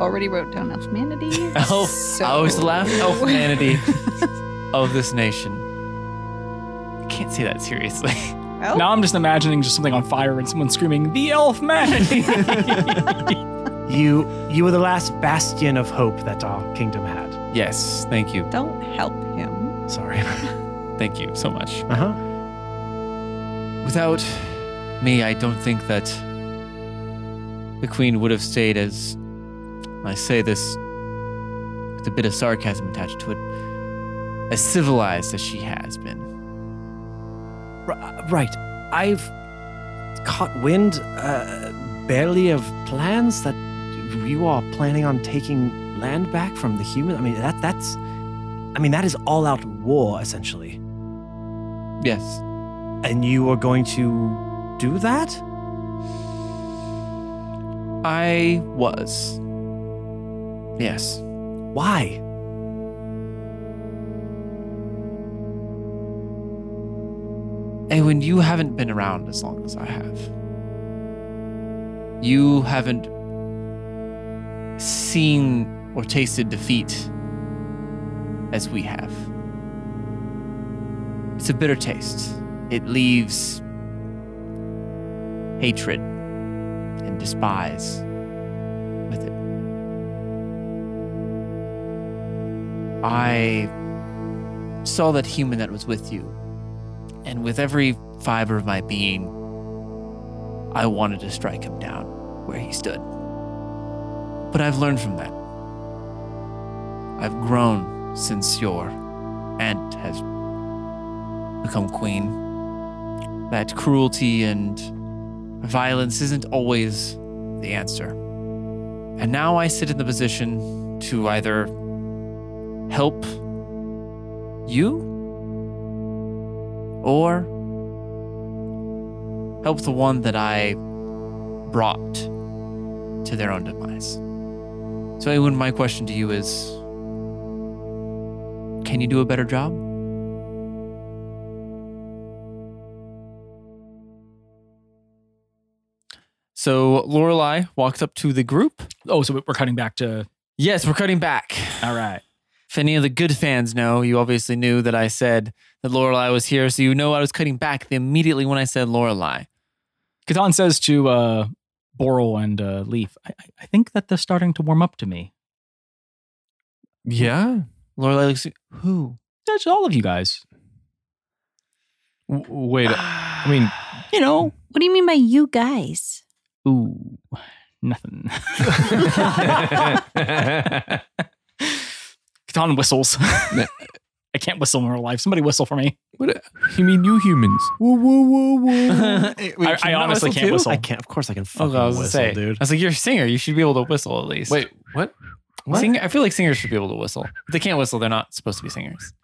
[SPEAKER 6] Already wrote down Elfmanity.
[SPEAKER 3] *laughs*
[SPEAKER 4] Oh,
[SPEAKER 6] so-
[SPEAKER 4] I was the last *laughs* humanity of this nation. I can't say that seriously.
[SPEAKER 6] *laughs* Well,
[SPEAKER 5] Now I'm just imagining just something on fire and someone screaming, "The elf *laughs* man!"
[SPEAKER 3] You, you were the last bastion of hope that our kingdom had.
[SPEAKER 4] *laughs* yes, thank you.
[SPEAKER 6] Don't help him.
[SPEAKER 3] Sorry. *laughs*
[SPEAKER 4] Thank you so much.
[SPEAKER 3] Uh huh.
[SPEAKER 4] Without me, I don't think that the Queen would have stayed as. I say this with a bit of sarcasm attached to it. As civilized as she has been.
[SPEAKER 3] right. I've caught wind, uh, barely of plans that you are planning on taking land back from the human. I mean, that that's, I mean, that is all-out war essentially.
[SPEAKER 4] Yes.
[SPEAKER 3] And you are going to do that?
[SPEAKER 4] I was. Yes.
[SPEAKER 3] Why?
[SPEAKER 4] Eowyn, you haven't been around as long as I have. You haven't seen or tasted defeat as we have. It's a bitter taste. It leaves hatred and despise with it. I saw that human that was with you and with every fiber of my being, I wanted to strike him down where he stood. But I've learned from that. I've grown since your aunt has become queen. That cruelty and violence isn't always the answer. And now I sit in the position to either help you or help the one that I brought to their own demise. So, Awen, my question to you is can you do a better job? So, Lorelei walks up to the group.
[SPEAKER 5] oh, so we're cutting back to.
[SPEAKER 4] Yes, we're cutting back.
[SPEAKER 5] All right.
[SPEAKER 4] If any of the good fans know, you obviously knew that I said that Lorelai was here, so you know I was cutting back immediately when I said Lorelai.
[SPEAKER 5] Catan says to uh, Boral and uh, Leaf, I-, I- I think that they're starting to warm up to me.
[SPEAKER 7] Yeah.
[SPEAKER 4] Lorelai looks who?
[SPEAKER 5] That's all of you guys.
[SPEAKER 7] W- wait.
[SPEAKER 4] *sighs*
[SPEAKER 7] I mean,
[SPEAKER 5] You know.
[SPEAKER 2] What do you mean by you guys?
[SPEAKER 5] Ooh, nothing. *laughs* Catan whistles. *laughs* I can't whistle in real life. Somebody whistle for
[SPEAKER 4] *laughs*
[SPEAKER 5] me.
[SPEAKER 7] what? You mean you humans? Whoa, whoa, whoa, whoa.
[SPEAKER 5] I, I honestly can't whistle.
[SPEAKER 3] I can't. Of course, I can fucking
[SPEAKER 4] I was
[SPEAKER 3] whistle,
[SPEAKER 4] gonna say.
[SPEAKER 3] dude.
[SPEAKER 4] I was like, you're a singer. You should be able to whistle at least.
[SPEAKER 7] Wait, what?
[SPEAKER 4] Sing, I feel like singers should be able to whistle. If they can't whistle, they're not supposed to be singers.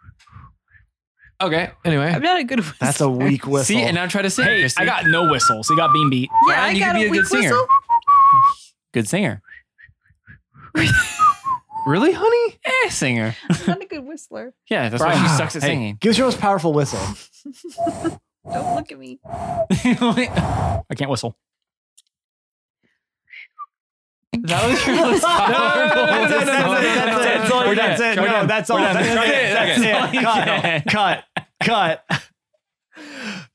[SPEAKER 7] Okay. Anyway,
[SPEAKER 8] I'm not a good whistle.
[SPEAKER 3] *laughs*
[SPEAKER 6] *laughs*
[SPEAKER 3] That's a weak whistle.
[SPEAKER 4] See, and now try to sing.
[SPEAKER 5] Hey,
[SPEAKER 4] Christy.
[SPEAKER 5] I got no whistles. He got bean beat.
[SPEAKER 8] Yeah,
[SPEAKER 4] Brian,
[SPEAKER 8] I
[SPEAKER 4] you could
[SPEAKER 8] got
[SPEAKER 4] be
[SPEAKER 8] a
[SPEAKER 4] a
[SPEAKER 8] weak
[SPEAKER 4] good singer.
[SPEAKER 3] *laughs*
[SPEAKER 8] whistle.
[SPEAKER 4] good singer.
[SPEAKER 7] *laughs* really, honey?
[SPEAKER 4] Eh, singer.
[SPEAKER 8] I'm not a good whistler.
[SPEAKER 4] Yeah, that's why
[SPEAKER 5] Brian.
[SPEAKER 4] she sucks at
[SPEAKER 3] Hey,
[SPEAKER 4] singing.
[SPEAKER 3] Give us your most powerful whistle.
[SPEAKER 8] Don't look at me.
[SPEAKER 7] *laughs*
[SPEAKER 4] that
[SPEAKER 5] I
[SPEAKER 4] *laughs*
[SPEAKER 5] can't whistle.
[SPEAKER 4] was your most powerful.
[SPEAKER 3] That's it,
[SPEAKER 4] whistle.
[SPEAKER 3] that's it, that's it.
[SPEAKER 4] We're done.
[SPEAKER 3] That's it.
[SPEAKER 4] We're
[SPEAKER 3] No,
[SPEAKER 4] done.
[SPEAKER 3] that's all.
[SPEAKER 4] We're done.
[SPEAKER 3] That's
[SPEAKER 4] Try
[SPEAKER 3] it.
[SPEAKER 4] it.
[SPEAKER 3] That's
[SPEAKER 4] Okay.
[SPEAKER 3] it.
[SPEAKER 4] Okay.
[SPEAKER 3] Cut. Cut. Cut.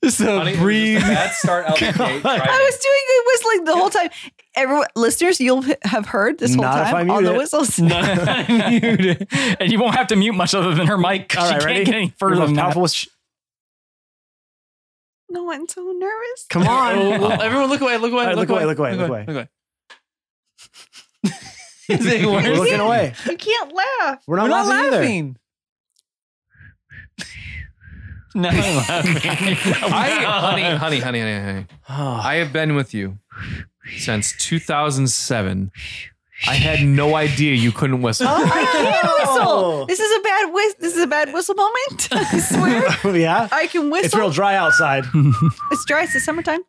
[SPEAKER 4] This is a breeze.
[SPEAKER 9] Bad start out the gate. Try
[SPEAKER 6] I was doing good whistling the whole time. Everyone, listeners, you'll have heard this whole
[SPEAKER 3] Not if I
[SPEAKER 6] time
[SPEAKER 3] mute
[SPEAKER 6] all the
[SPEAKER 3] it. *laughs*
[SPEAKER 6] whistles.
[SPEAKER 5] Muted. and you won't have to mute much other than her mic. 'cause
[SPEAKER 3] All
[SPEAKER 5] she
[SPEAKER 3] right,
[SPEAKER 5] can't
[SPEAKER 3] ready?
[SPEAKER 5] get any
[SPEAKER 3] Your
[SPEAKER 5] further
[SPEAKER 3] most
[SPEAKER 5] than that.
[SPEAKER 3] powerful whistle.
[SPEAKER 6] No, I'm so nervous.
[SPEAKER 3] Come on.
[SPEAKER 4] Oh, well, everyone, look away. Look away.
[SPEAKER 3] All right,
[SPEAKER 4] look, away,
[SPEAKER 3] look away, look away.
[SPEAKER 4] Look away. Is it worse?
[SPEAKER 3] We're looking away.
[SPEAKER 8] You can't laugh.
[SPEAKER 3] We're not,
[SPEAKER 4] We're not
[SPEAKER 3] laughing either.
[SPEAKER 4] laughing. No,
[SPEAKER 5] *laughs*
[SPEAKER 7] I,
[SPEAKER 4] *laughs*
[SPEAKER 7] honey, honey, honey, honey, honey.
[SPEAKER 3] Oh.
[SPEAKER 7] I have been with you since 2007. I had no idea you couldn't whistle.
[SPEAKER 6] I can't
[SPEAKER 3] Oh.
[SPEAKER 6] whistle. This is a bad whis- This is a bad whistle moment. *laughs* I
[SPEAKER 3] *laughs*
[SPEAKER 6] swear.
[SPEAKER 3] yeah.
[SPEAKER 6] I can whistle.
[SPEAKER 3] It's real dry outside.
[SPEAKER 6] It's dry. It's the summertime.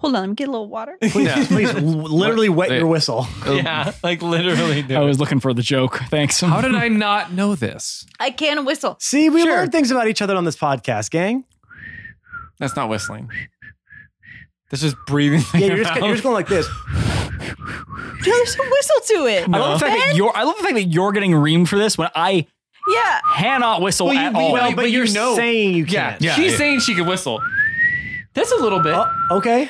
[SPEAKER 6] Hold on, I'm getting a little *laughs* water.
[SPEAKER 3] *laughs* Please, please l- literally wet your whistle.
[SPEAKER 4] yeah, like literally.
[SPEAKER 5] I was looking for the joke. Thanks.
[SPEAKER 7] How did I not know this?
[SPEAKER 6] I can *laughs* whistle.
[SPEAKER 3] See, we
[SPEAKER 7] Sure.
[SPEAKER 3] learned things about each other on this podcast, gang.
[SPEAKER 4] That's not whistling. That's just breathing.
[SPEAKER 3] Yeah, you're
[SPEAKER 4] *laughs*
[SPEAKER 3] just, you're just going like this.
[SPEAKER 6] There's a whistle to it.
[SPEAKER 5] I love the fact that you're. I love the fact that you're getting reamed for this when I
[SPEAKER 3] *laughs*
[SPEAKER 6] Yeah.
[SPEAKER 5] cannot whistle
[SPEAKER 4] Well, you-
[SPEAKER 5] at all.
[SPEAKER 3] Well, but,
[SPEAKER 4] but you
[SPEAKER 3] you're
[SPEAKER 4] know-
[SPEAKER 3] saying you
[SPEAKER 4] yeah,
[SPEAKER 3] can't.
[SPEAKER 7] Yeah,
[SPEAKER 4] she's
[SPEAKER 7] yeah.
[SPEAKER 4] saying she could whistle. That's a little bit.
[SPEAKER 3] Oh, okay.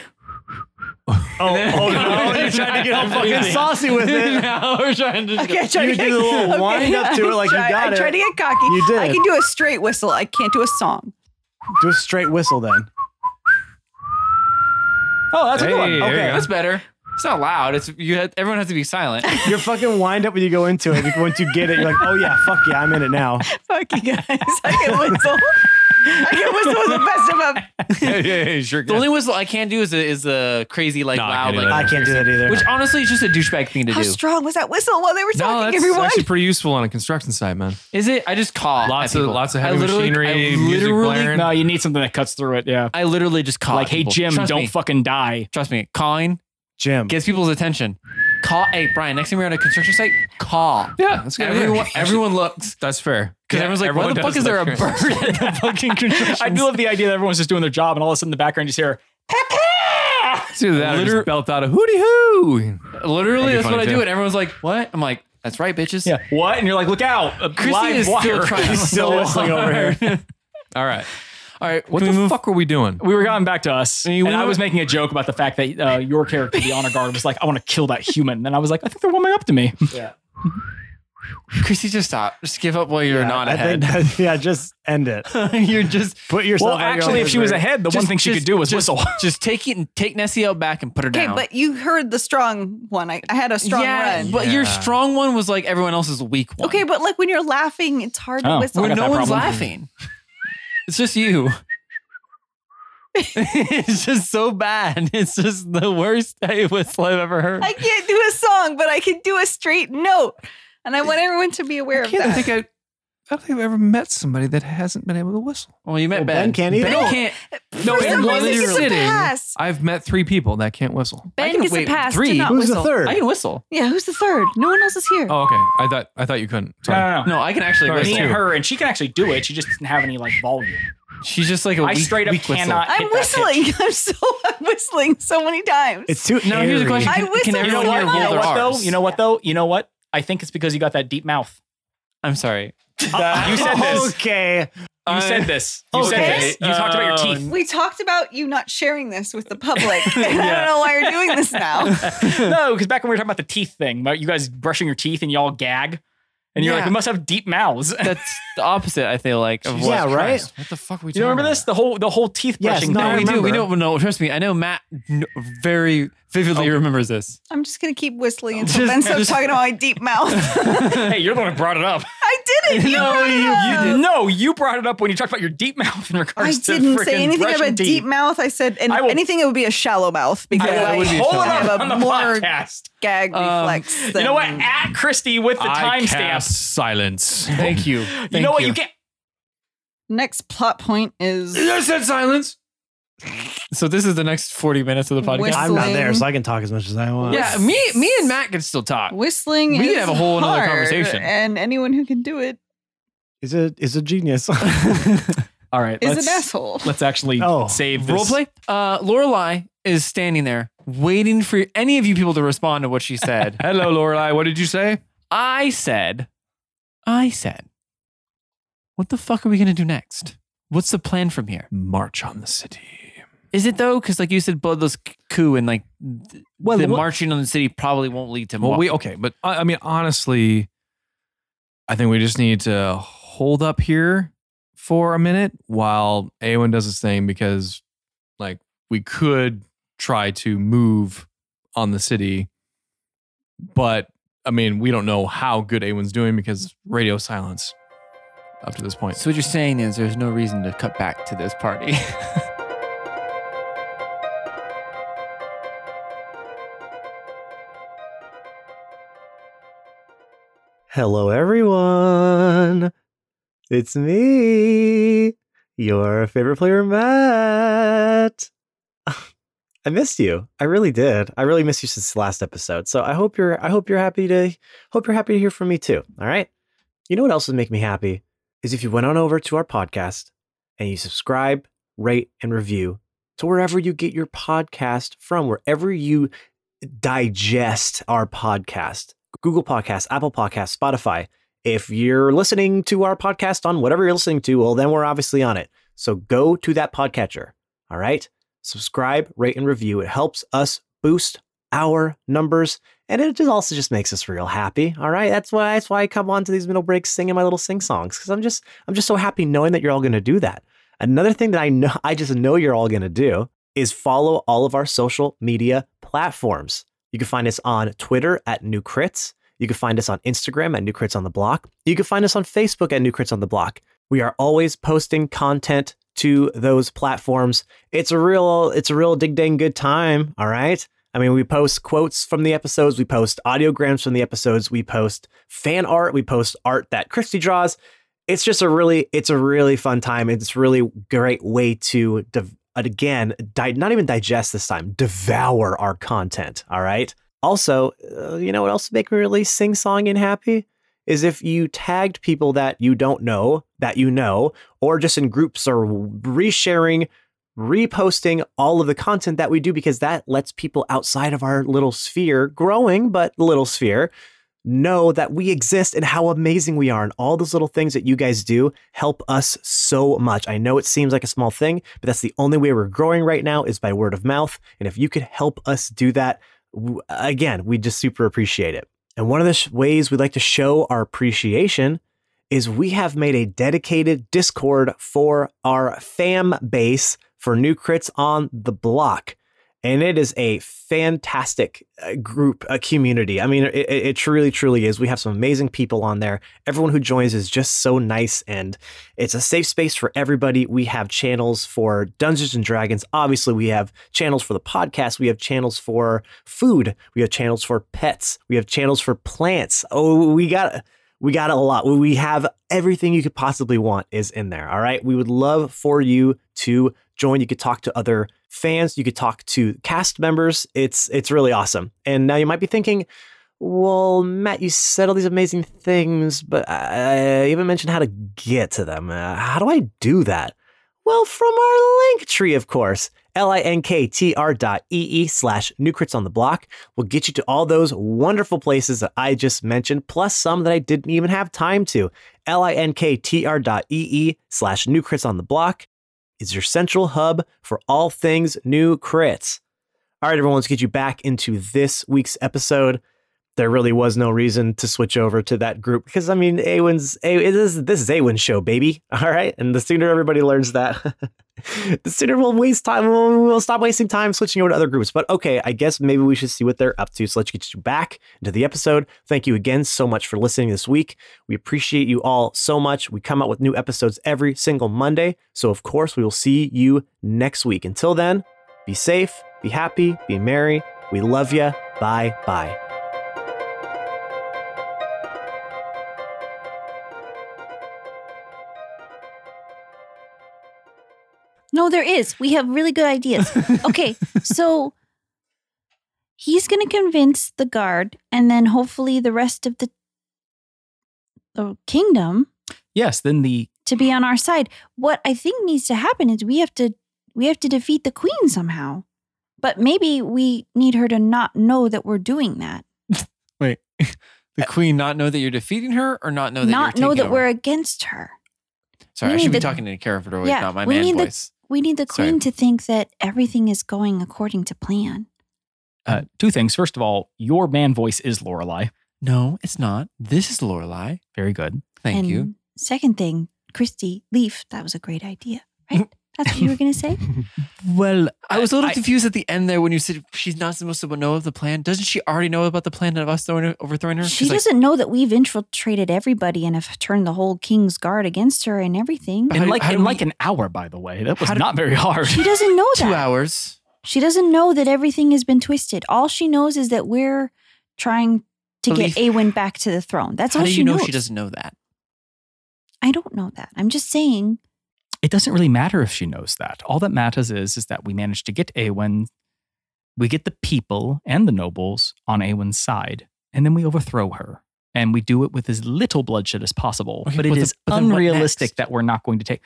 [SPEAKER 3] Oh, oh, no,
[SPEAKER 5] *laughs*
[SPEAKER 3] you're trying to get all fucking saucy with it.
[SPEAKER 4] now we're trying to.
[SPEAKER 6] *laughs* Okay, I tried
[SPEAKER 3] You
[SPEAKER 6] to get,
[SPEAKER 3] did a little wind up to it like you
[SPEAKER 6] I tried,
[SPEAKER 3] got
[SPEAKER 6] I tried
[SPEAKER 3] it.
[SPEAKER 6] to get cocky.
[SPEAKER 3] You did.
[SPEAKER 6] I can do a straight whistle. I can't do a song.
[SPEAKER 3] Do a straight whistle then. Oh, that's *laughs* a good one.
[SPEAKER 7] Hey, there you
[SPEAKER 3] Okay.
[SPEAKER 7] go.
[SPEAKER 4] That's better. It's not loud. It's you. Have, everyone has to be silent.
[SPEAKER 3] Your fucking wind up when you go into it. Once you get it, you're like, oh yeah, fuck yeah, I'm in it now.
[SPEAKER 6] Fuck you guys. *laughs* I can whistle. I can whistle the best
[SPEAKER 3] *laughs*
[SPEAKER 6] of them.
[SPEAKER 7] yeah, yeah, yeah, sure.
[SPEAKER 4] The only whistle I can do is a, is a crazy like
[SPEAKER 7] No, I
[SPEAKER 4] loud
[SPEAKER 7] can't do
[SPEAKER 4] like
[SPEAKER 3] I can't do that either.
[SPEAKER 4] which honestly is just a douchebag thing to
[SPEAKER 6] How
[SPEAKER 4] do.
[SPEAKER 6] strong was that whistle while they were
[SPEAKER 7] no,
[SPEAKER 6] talking,
[SPEAKER 7] that's
[SPEAKER 6] everyone?
[SPEAKER 7] actually pretty useful on a construction site, man.
[SPEAKER 4] Is it? I just call.
[SPEAKER 7] Lots of- lots of heavy machinery,
[SPEAKER 4] I
[SPEAKER 7] music blaring.
[SPEAKER 5] no, you need something that cuts through it. Yeah.
[SPEAKER 4] I literally just call.
[SPEAKER 5] Like, hey
[SPEAKER 4] people.
[SPEAKER 5] Jim,
[SPEAKER 4] Trust
[SPEAKER 5] don't
[SPEAKER 4] me.
[SPEAKER 5] fucking *laughs* die.
[SPEAKER 4] Trust me, calling
[SPEAKER 3] Jim.
[SPEAKER 4] gets people's attention. Call. Hey Brian, next time we're at a construction site, call.
[SPEAKER 7] Yeah, that's
[SPEAKER 4] Everyone, everyone looks
[SPEAKER 7] that's fair.
[SPEAKER 4] because everyone's like, "Why the fuck is there a
[SPEAKER 7] *laughs*
[SPEAKER 4] bird at the fucking construction?"
[SPEAKER 5] I
[SPEAKER 4] I
[SPEAKER 5] do love the idea that everyone's just doing their job, and all of a sudden, in the background, you just hear
[SPEAKER 7] Do that. or just
[SPEAKER 4] Liter-
[SPEAKER 7] belt out a hooty hoo.
[SPEAKER 4] literally,
[SPEAKER 7] That'd be
[SPEAKER 4] that's what I
[SPEAKER 7] funny,
[SPEAKER 4] do,
[SPEAKER 7] too.
[SPEAKER 4] and everyone's like, "What?" I'm like, "That's right, bitches."
[SPEAKER 5] what, and you're like, look out! A
[SPEAKER 4] Chrissy
[SPEAKER 5] live
[SPEAKER 4] is
[SPEAKER 5] wire.
[SPEAKER 4] still trying.
[SPEAKER 5] *laughs*
[SPEAKER 4] to
[SPEAKER 3] still
[SPEAKER 4] whistle.
[SPEAKER 3] whistling over here.
[SPEAKER 4] *laughs*
[SPEAKER 7] All right.
[SPEAKER 4] All right,
[SPEAKER 7] What
[SPEAKER 4] can
[SPEAKER 7] the
[SPEAKER 4] we move?
[SPEAKER 7] fuck were we doing?
[SPEAKER 5] we were going back to us,
[SPEAKER 4] mean, we
[SPEAKER 5] and I
[SPEAKER 4] were-
[SPEAKER 5] was making a joke about the fact that uh, your character, the honor guard, was like, "I want to kill that human," and I was like, "I think they're warming up
[SPEAKER 4] *laughs*
[SPEAKER 5] to me."
[SPEAKER 4] Chrissy, just stop. Just give up while you're
[SPEAKER 3] Yeah,
[SPEAKER 4] not
[SPEAKER 3] I
[SPEAKER 4] ahead.
[SPEAKER 3] think that- yeah, just end it.
[SPEAKER 4] *laughs*
[SPEAKER 5] *laughs*
[SPEAKER 4] you're just
[SPEAKER 3] Put yourself.
[SPEAKER 5] Well,
[SPEAKER 3] out your
[SPEAKER 5] actually,
[SPEAKER 3] own
[SPEAKER 5] if she was
[SPEAKER 3] misery.
[SPEAKER 5] ahead, the one
[SPEAKER 4] Just-
[SPEAKER 5] thing she
[SPEAKER 4] just-
[SPEAKER 5] could do was
[SPEAKER 4] just-
[SPEAKER 5] whistle. *laughs*
[SPEAKER 4] just take it and take Nessie out back and put her
[SPEAKER 6] Okay,
[SPEAKER 4] down.
[SPEAKER 6] but you heard the strong one. I, I had a strong
[SPEAKER 4] yeah,
[SPEAKER 6] run.
[SPEAKER 4] but your
[SPEAKER 7] Yeah.
[SPEAKER 4] strong one was like everyone else's weak one.
[SPEAKER 6] okay, but like when you're laughing, it's hard to
[SPEAKER 5] Oh,
[SPEAKER 6] whistle.
[SPEAKER 5] I
[SPEAKER 4] when
[SPEAKER 5] got
[SPEAKER 4] no
[SPEAKER 5] that
[SPEAKER 4] one's
[SPEAKER 5] problem.
[SPEAKER 4] laughing. It's just
[SPEAKER 6] *laughs*
[SPEAKER 4] you. *laughs* it's just so bad. It's just the worst hey whistle I've ever heard.
[SPEAKER 6] I can't do a song, but I can do a straight note. And I want everyone to be aware of
[SPEAKER 7] I don't
[SPEAKER 6] that.
[SPEAKER 7] think I, I don't think I've ever met somebody that hasn't been able to whistle.
[SPEAKER 4] well, Oh, you met
[SPEAKER 3] Well, Ben
[SPEAKER 4] Ben.
[SPEAKER 3] can't either.
[SPEAKER 4] Ben
[SPEAKER 3] No.
[SPEAKER 4] can't.
[SPEAKER 7] No,
[SPEAKER 6] For some
[SPEAKER 7] in one
[SPEAKER 6] reason, he gets a
[SPEAKER 7] sitting,
[SPEAKER 6] pass.
[SPEAKER 7] I've met three people that can't whistle.
[SPEAKER 4] I
[SPEAKER 6] Ben
[SPEAKER 4] can
[SPEAKER 6] gets a
[SPEAKER 4] wait
[SPEAKER 6] pass to
[SPEAKER 4] three.
[SPEAKER 6] not
[SPEAKER 3] Who's the
[SPEAKER 6] whistle.
[SPEAKER 3] third?
[SPEAKER 4] I can whistle.
[SPEAKER 6] Yeah, who's the third? No one else is here.
[SPEAKER 7] Oh, okay. I thought I thought you couldn't. Sorry.
[SPEAKER 5] no, no, no.
[SPEAKER 4] No, I can actually
[SPEAKER 7] Sorry,
[SPEAKER 5] Me
[SPEAKER 4] whistle.
[SPEAKER 5] and
[SPEAKER 7] two.
[SPEAKER 5] her, and she can actually do it. She just doesn't have any like volume.
[SPEAKER 4] She's just like a
[SPEAKER 5] I
[SPEAKER 4] weak,
[SPEAKER 5] straight up
[SPEAKER 4] weak whistle.
[SPEAKER 5] cannot.
[SPEAKER 6] I'm
[SPEAKER 5] hit that pitch.
[SPEAKER 6] whistling. *laughs* I'm so I'm whistling so many times.
[SPEAKER 3] It's too.
[SPEAKER 4] No, here's the
[SPEAKER 3] airy.
[SPEAKER 4] question.
[SPEAKER 6] I
[SPEAKER 4] Can,
[SPEAKER 6] whistle
[SPEAKER 4] can
[SPEAKER 6] so
[SPEAKER 4] everyone
[SPEAKER 6] much.
[SPEAKER 4] hear
[SPEAKER 6] You know
[SPEAKER 4] both
[SPEAKER 6] what,
[SPEAKER 4] our
[SPEAKER 5] though? You know what though? You know what? I think it's because you got that deep
[SPEAKER 6] *laughs*
[SPEAKER 5] mouth.
[SPEAKER 4] I'm sorry.
[SPEAKER 5] you said this.
[SPEAKER 3] Okay.
[SPEAKER 5] You said this. You said
[SPEAKER 4] okay.
[SPEAKER 5] this. You talked about your
[SPEAKER 4] Uh,
[SPEAKER 5] teeth.
[SPEAKER 6] we talked about you not sharing this with the public. and I don't know why you're doing this now.
[SPEAKER 5] *laughs* no, because back when we were talking about the teeth thing, about you guys brushing your teeth and y'all gag, and you're
[SPEAKER 4] Yeah.
[SPEAKER 5] like, we must have deep
[SPEAKER 6] *laughs*
[SPEAKER 5] mouths.
[SPEAKER 4] That's the opposite. I feel like. Of what
[SPEAKER 3] Yeah, right.
[SPEAKER 7] Christ, What the fuck we?
[SPEAKER 5] you remember this? The whole the whole teeth
[SPEAKER 3] Yes,
[SPEAKER 5] brushing
[SPEAKER 3] no,
[SPEAKER 4] No,
[SPEAKER 5] thing.
[SPEAKER 4] we do. We
[SPEAKER 3] remember.
[SPEAKER 4] don't know. Trust me. I know Matt kn- very
[SPEAKER 5] Oh.
[SPEAKER 4] vividly remembers this.
[SPEAKER 6] I'm just gonna keep whistling until
[SPEAKER 4] Just-
[SPEAKER 6] Ben stops
[SPEAKER 4] just-
[SPEAKER 5] *laughs*
[SPEAKER 6] talking about my deep mouth. *laughs*
[SPEAKER 5] hey, you're the one who brought it up.
[SPEAKER 6] I did
[SPEAKER 2] did. You
[SPEAKER 5] no,
[SPEAKER 2] brought it up.
[SPEAKER 5] you, you no, you brought it up when you talked about your deep mouth in
[SPEAKER 6] I
[SPEAKER 5] regards to
[SPEAKER 6] didn't
[SPEAKER 5] frickin'
[SPEAKER 6] say anything
[SPEAKER 5] Russian
[SPEAKER 6] about deep mouth. I said and
[SPEAKER 5] I will-
[SPEAKER 6] anything it would be a shallow mouth because
[SPEAKER 5] will-
[SPEAKER 6] I,
[SPEAKER 5] it would
[SPEAKER 7] be a
[SPEAKER 6] I
[SPEAKER 7] shallow
[SPEAKER 6] have
[SPEAKER 5] mouth. *laughs*
[SPEAKER 6] a
[SPEAKER 5] On the
[SPEAKER 6] more
[SPEAKER 5] podcast.
[SPEAKER 6] gag
[SPEAKER 5] Um,
[SPEAKER 6] reflex.
[SPEAKER 5] you know what?
[SPEAKER 6] than-
[SPEAKER 5] At Christie with the
[SPEAKER 7] I
[SPEAKER 5] timestamp.
[SPEAKER 7] cast silence.
[SPEAKER 4] Thank you.
[SPEAKER 5] You know what? You get
[SPEAKER 6] Next plot point is
[SPEAKER 7] I said silence.
[SPEAKER 4] So this is the next 40 minutes of the podcast.
[SPEAKER 6] Whistle.
[SPEAKER 3] I'm not there,
[SPEAKER 6] Whistling.
[SPEAKER 3] so I can talk as much as I want.
[SPEAKER 4] Yeah, me, me and Matt can still talk.
[SPEAKER 6] whistling.
[SPEAKER 4] We could
[SPEAKER 6] is
[SPEAKER 4] have a whole another
[SPEAKER 6] hard,
[SPEAKER 4] conversation.
[SPEAKER 6] and anyone who can do it
[SPEAKER 3] Is a is a genius.
[SPEAKER 5] all right.
[SPEAKER 6] is
[SPEAKER 5] let's, *laughs*
[SPEAKER 6] an asshole.
[SPEAKER 5] Let's actually
[SPEAKER 3] Oh.
[SPEAKER 5] save this.
[SPEAKER 4] Roleplay. Uh, Lorelai is standing there waiting for any of you people to respond to what she *laughs* said.
[SPEAKER 7] Hello, Lorelai. What did you say?
[SPEAKER 4] I said, I said, what the fuck are we gonna do next? What's the plan from here?
[SPEAKER 7] March on the city.
[SPEAKER 4] Is it though? Because like you said, bloodless c- coup and like th-
[SPEAKER 3] Well,
[SPEAKER 4] the
[SPEAKER 3] what-
[SPEAKER 4] marching on the city probably won't lead to.
[SPEAKER 7] Well,
[SPEAKER 4] *laughs* much.
[SPEAKER 7] we okay, but I, I mean, honestly, I think we just need to hold up here for a minute while Awen does his thing because, like, we could try to move on the city, but I mean, we don't know how good Awen's doing because radio silence up to this
[SPEAKER 2] *laughs*
[SPEAKER 7] point.
[SPEAKER 4] So what you're saying is there's no reason to cut back to this party. *laughs*
[SPEAKER 3] Hello, everyone. It's me, your favorite player, Matt. *sighs* I missed you. I really did. I really missed you since the last episode. So I hope you're. I hope you're happy to. Hope you're happy to hear from me too. All right. You know what else would make me happy is if you went on over to our podcast and you subscribe, rate, and review to wherever you get your podcast from, wherever you digest our podcast. Google Podcasts, Apple Podcasts, Spotify. If you're listening to our podcast on whatever you're listening to, well, then we're obviously on it. So go to that podcatcher. All right. Subscribe, rate, and review. It helps us boost our numbers. And it just also just makes us real happy. All right. That's why that's why I come on to these middle breaks singing my little sing songs. Cause I'm just I'm just so happy knowing that you're all gonna do that. Another thing that I know I just know you're all gonna do is follow all of our social media platforms. You can find us on Twitter at New Crits. You can find us on Instagram at New Crits on the Block. You can find us on Facebook at New Crits on the Block. We are always posting content to those platforms. It's a real, it's a real dig dang good time. All right. I mean, we post quotes from the episodes, we post audiograms from the episodes, we post fan art, we post art that Christy draws. It's just a really, it's a really fun time. It's a really great way to, div- again, di- not even digest this time, devour our content. All right. Also, uh, you know what else would make me really sing song and happy? Is if you tagged people that you don't know, that you know, or just in groups or resharing, reposting all of the content that we do, because that lets people outside of our little sphere, growing but little sphere, know that we exist and how amazing we are. And all those little things that you guys do help us so much. I know it seems like a small thing, but that's the only way we're growing right now is by word of mouth. And if you could help us do that, w- again, we just super appreciate it. And one of the sh- ways we like to show our appreciation is we have made a dedicated Discord for our fam base for new crits on the block. And it is a fantastic uh, group, a community. I mean, it, it it truly, truly is. We have some amazing people on there. Everyone who joins is just so nice, and it's a safe space for everybody. We have channels for Dungeons and Dragons. Obviously, we have channels for the podcast. We have channels for food. We have channels for pets. We have channels for plants. Oh, we got we got a lot. We have everything you could possibly want is in there. All right. We would love for you to join. You could talk to other fans. You could talk to cast members. It's it's really awesome. And now you might be thinking, well, Matt, you said all these amazing things, but I, I even mentioned how to get to them. Uh, how do I do that? Well, from our link tree, of course. L-I-N-K-T-R dot E-E slash Nucrits on the Block will get you to all those wonderful places that I just mentioned, plus some that I didn't even have time to. L-I-N-K-T-R dot E-E slash Nucrits on the Block is your central hub for all things new crits. All right, everyone, let's get you back into this week's episode. there really was no reason to switch over to that group because I mean, Awen's A it is this is Awen's show, baby. *laughs* All right, and the sooner everybody learns that, *laughs* the sooner we'll waste time. We'll, we'll stop wasting time switching over to other groups. But okay, I guess maybe we should see what they're up to. So let's get you back into the episode. Thank you again so much for listening this week. We appreciate you all so much. We come out with new episodes every single Monday, so of course we will see you next week. Until then, be safe, be happy, be merry. We love you. Bye bye.
[SPEAKER 2] No, there is. We have really good
[SPEAKER 4] *laughs*
[SPEAKER 2] ideas. Okay, so he's going to convince the guard, and then hopefully the rest of the the kingdom
[SPEAKER 5] Yes, then the
[SPEAKER 2] to be on our side. What I think needs to happen is we have to we have to defeat the queen somehow. But maybe we need her to not know that we're doing that.
[SPEAKER 4] The queen not know that you're defeating her, or not know that
[SPEAKER 2] not
[SPEAKER 4] you're
[SPEAKER 2] know
[SPEAKER 4] taking
[SPEAKER 2] that
[SPEAKER 4] over?
[SPEAKER 2] we're against her.
[SPEAKER 4] Sorry,
[SPEAKER 2] we
[SPEAKER 4] I
[SPEAKER 2] need
[SPEAKER 4] should be
[SPEAKER 2] the-
[SPEAKER 4] talking in a character voice,
[SPEAKER 2] Yeah,
[SPEAKER 4] not my
[SPEAKER 2] we
[SPEAKER 4] man
[SPEAKER 2] need the-
[SPEAKER 4] voice.
[SPEAKER 2] We need the
[SPEAKER 4] Sorry.
[SPEAKER 2] queen to think that everything is going according to plan.
[SPEAKER 5] uh, two things. First of all, your man voice is Lorelai.
[SPEAKER 4] No, it's not. This is Lorelai.
[SPEAKER 5] Very good.
[SPEAKER 4] Thank
[SPEAKER 2] and
[SPEAKER 4] you.
[SPEAKER 2] Second thing, Christy, leaf, that was a great idea,
[SPEAKER 4] Mm.
[SPEAKER 2] right? That's what you were going to say?
[SPEAKER 4] *laughs*
[SPEAKER 5] Well,
[SPEAKER 4] I was a little confused at the end there when you said she's not supposed to know of the plan. Doesn't she already know about the plan of us throwing her, overthrowing her?
[SPEAKER 2] She
[SPEAKER 4] She's like,
[SPEAKER 2] doesn't know that we've infiltrated everybody and have turned the whole king's guard against her and everything.
[SPEAKER 4] How
[SPEAKER 5] in
[SPEAKER 4] do-
[SPEAKER 5] like
[SPEAKER 4] how do
[SPEAKER 5] in
[SPEAKER 4] we-
[SPEAKER 5] like an hour, by the way, that was
[SPEAKER 4] How do-
[SPEAKER 5] not very hard.
[SPEAKER 2] She doesn't know
[SPEAKER 4] *laughs* two
[SPEAKER 2] that.
[SPEAKER 4] hours.
[SPEAKER 2] She doesn't know that everything has been twisted. All she knows is that we're trying to
[SPEAKER 4] Belief-
[SPEAKER 2] get Awen back to the throne. That's
[SPEAKER 4] how
[SPEAKER 2] all
[SPEAKER 4] do you
[SPEAKER 2] she
[SPEAKER 4] know
[SPEAKER 2] knows.
[SPEAKER 4] she doesn't know that?
[SPEAKER 2] I don't know that. I'm just saying.
[SPEAKER 5] it doesn't really matter if she knows that. All that matters is is that we managed to get Awen, we get the people and the nobles on Awen's side, and then we overthrow her. And we do it with as little bloodshed as possible.
[SPEAKER 4] Okay,
[SPEAKER 5] but it
[SPEAKER 4] but the-
[SPEAKER 5] is
[SPEAKER 4] but then what
[SPEAKER 5] unrealistic
[SPEAKER 4] next?
[SPEAKER 5] that we're not going to take.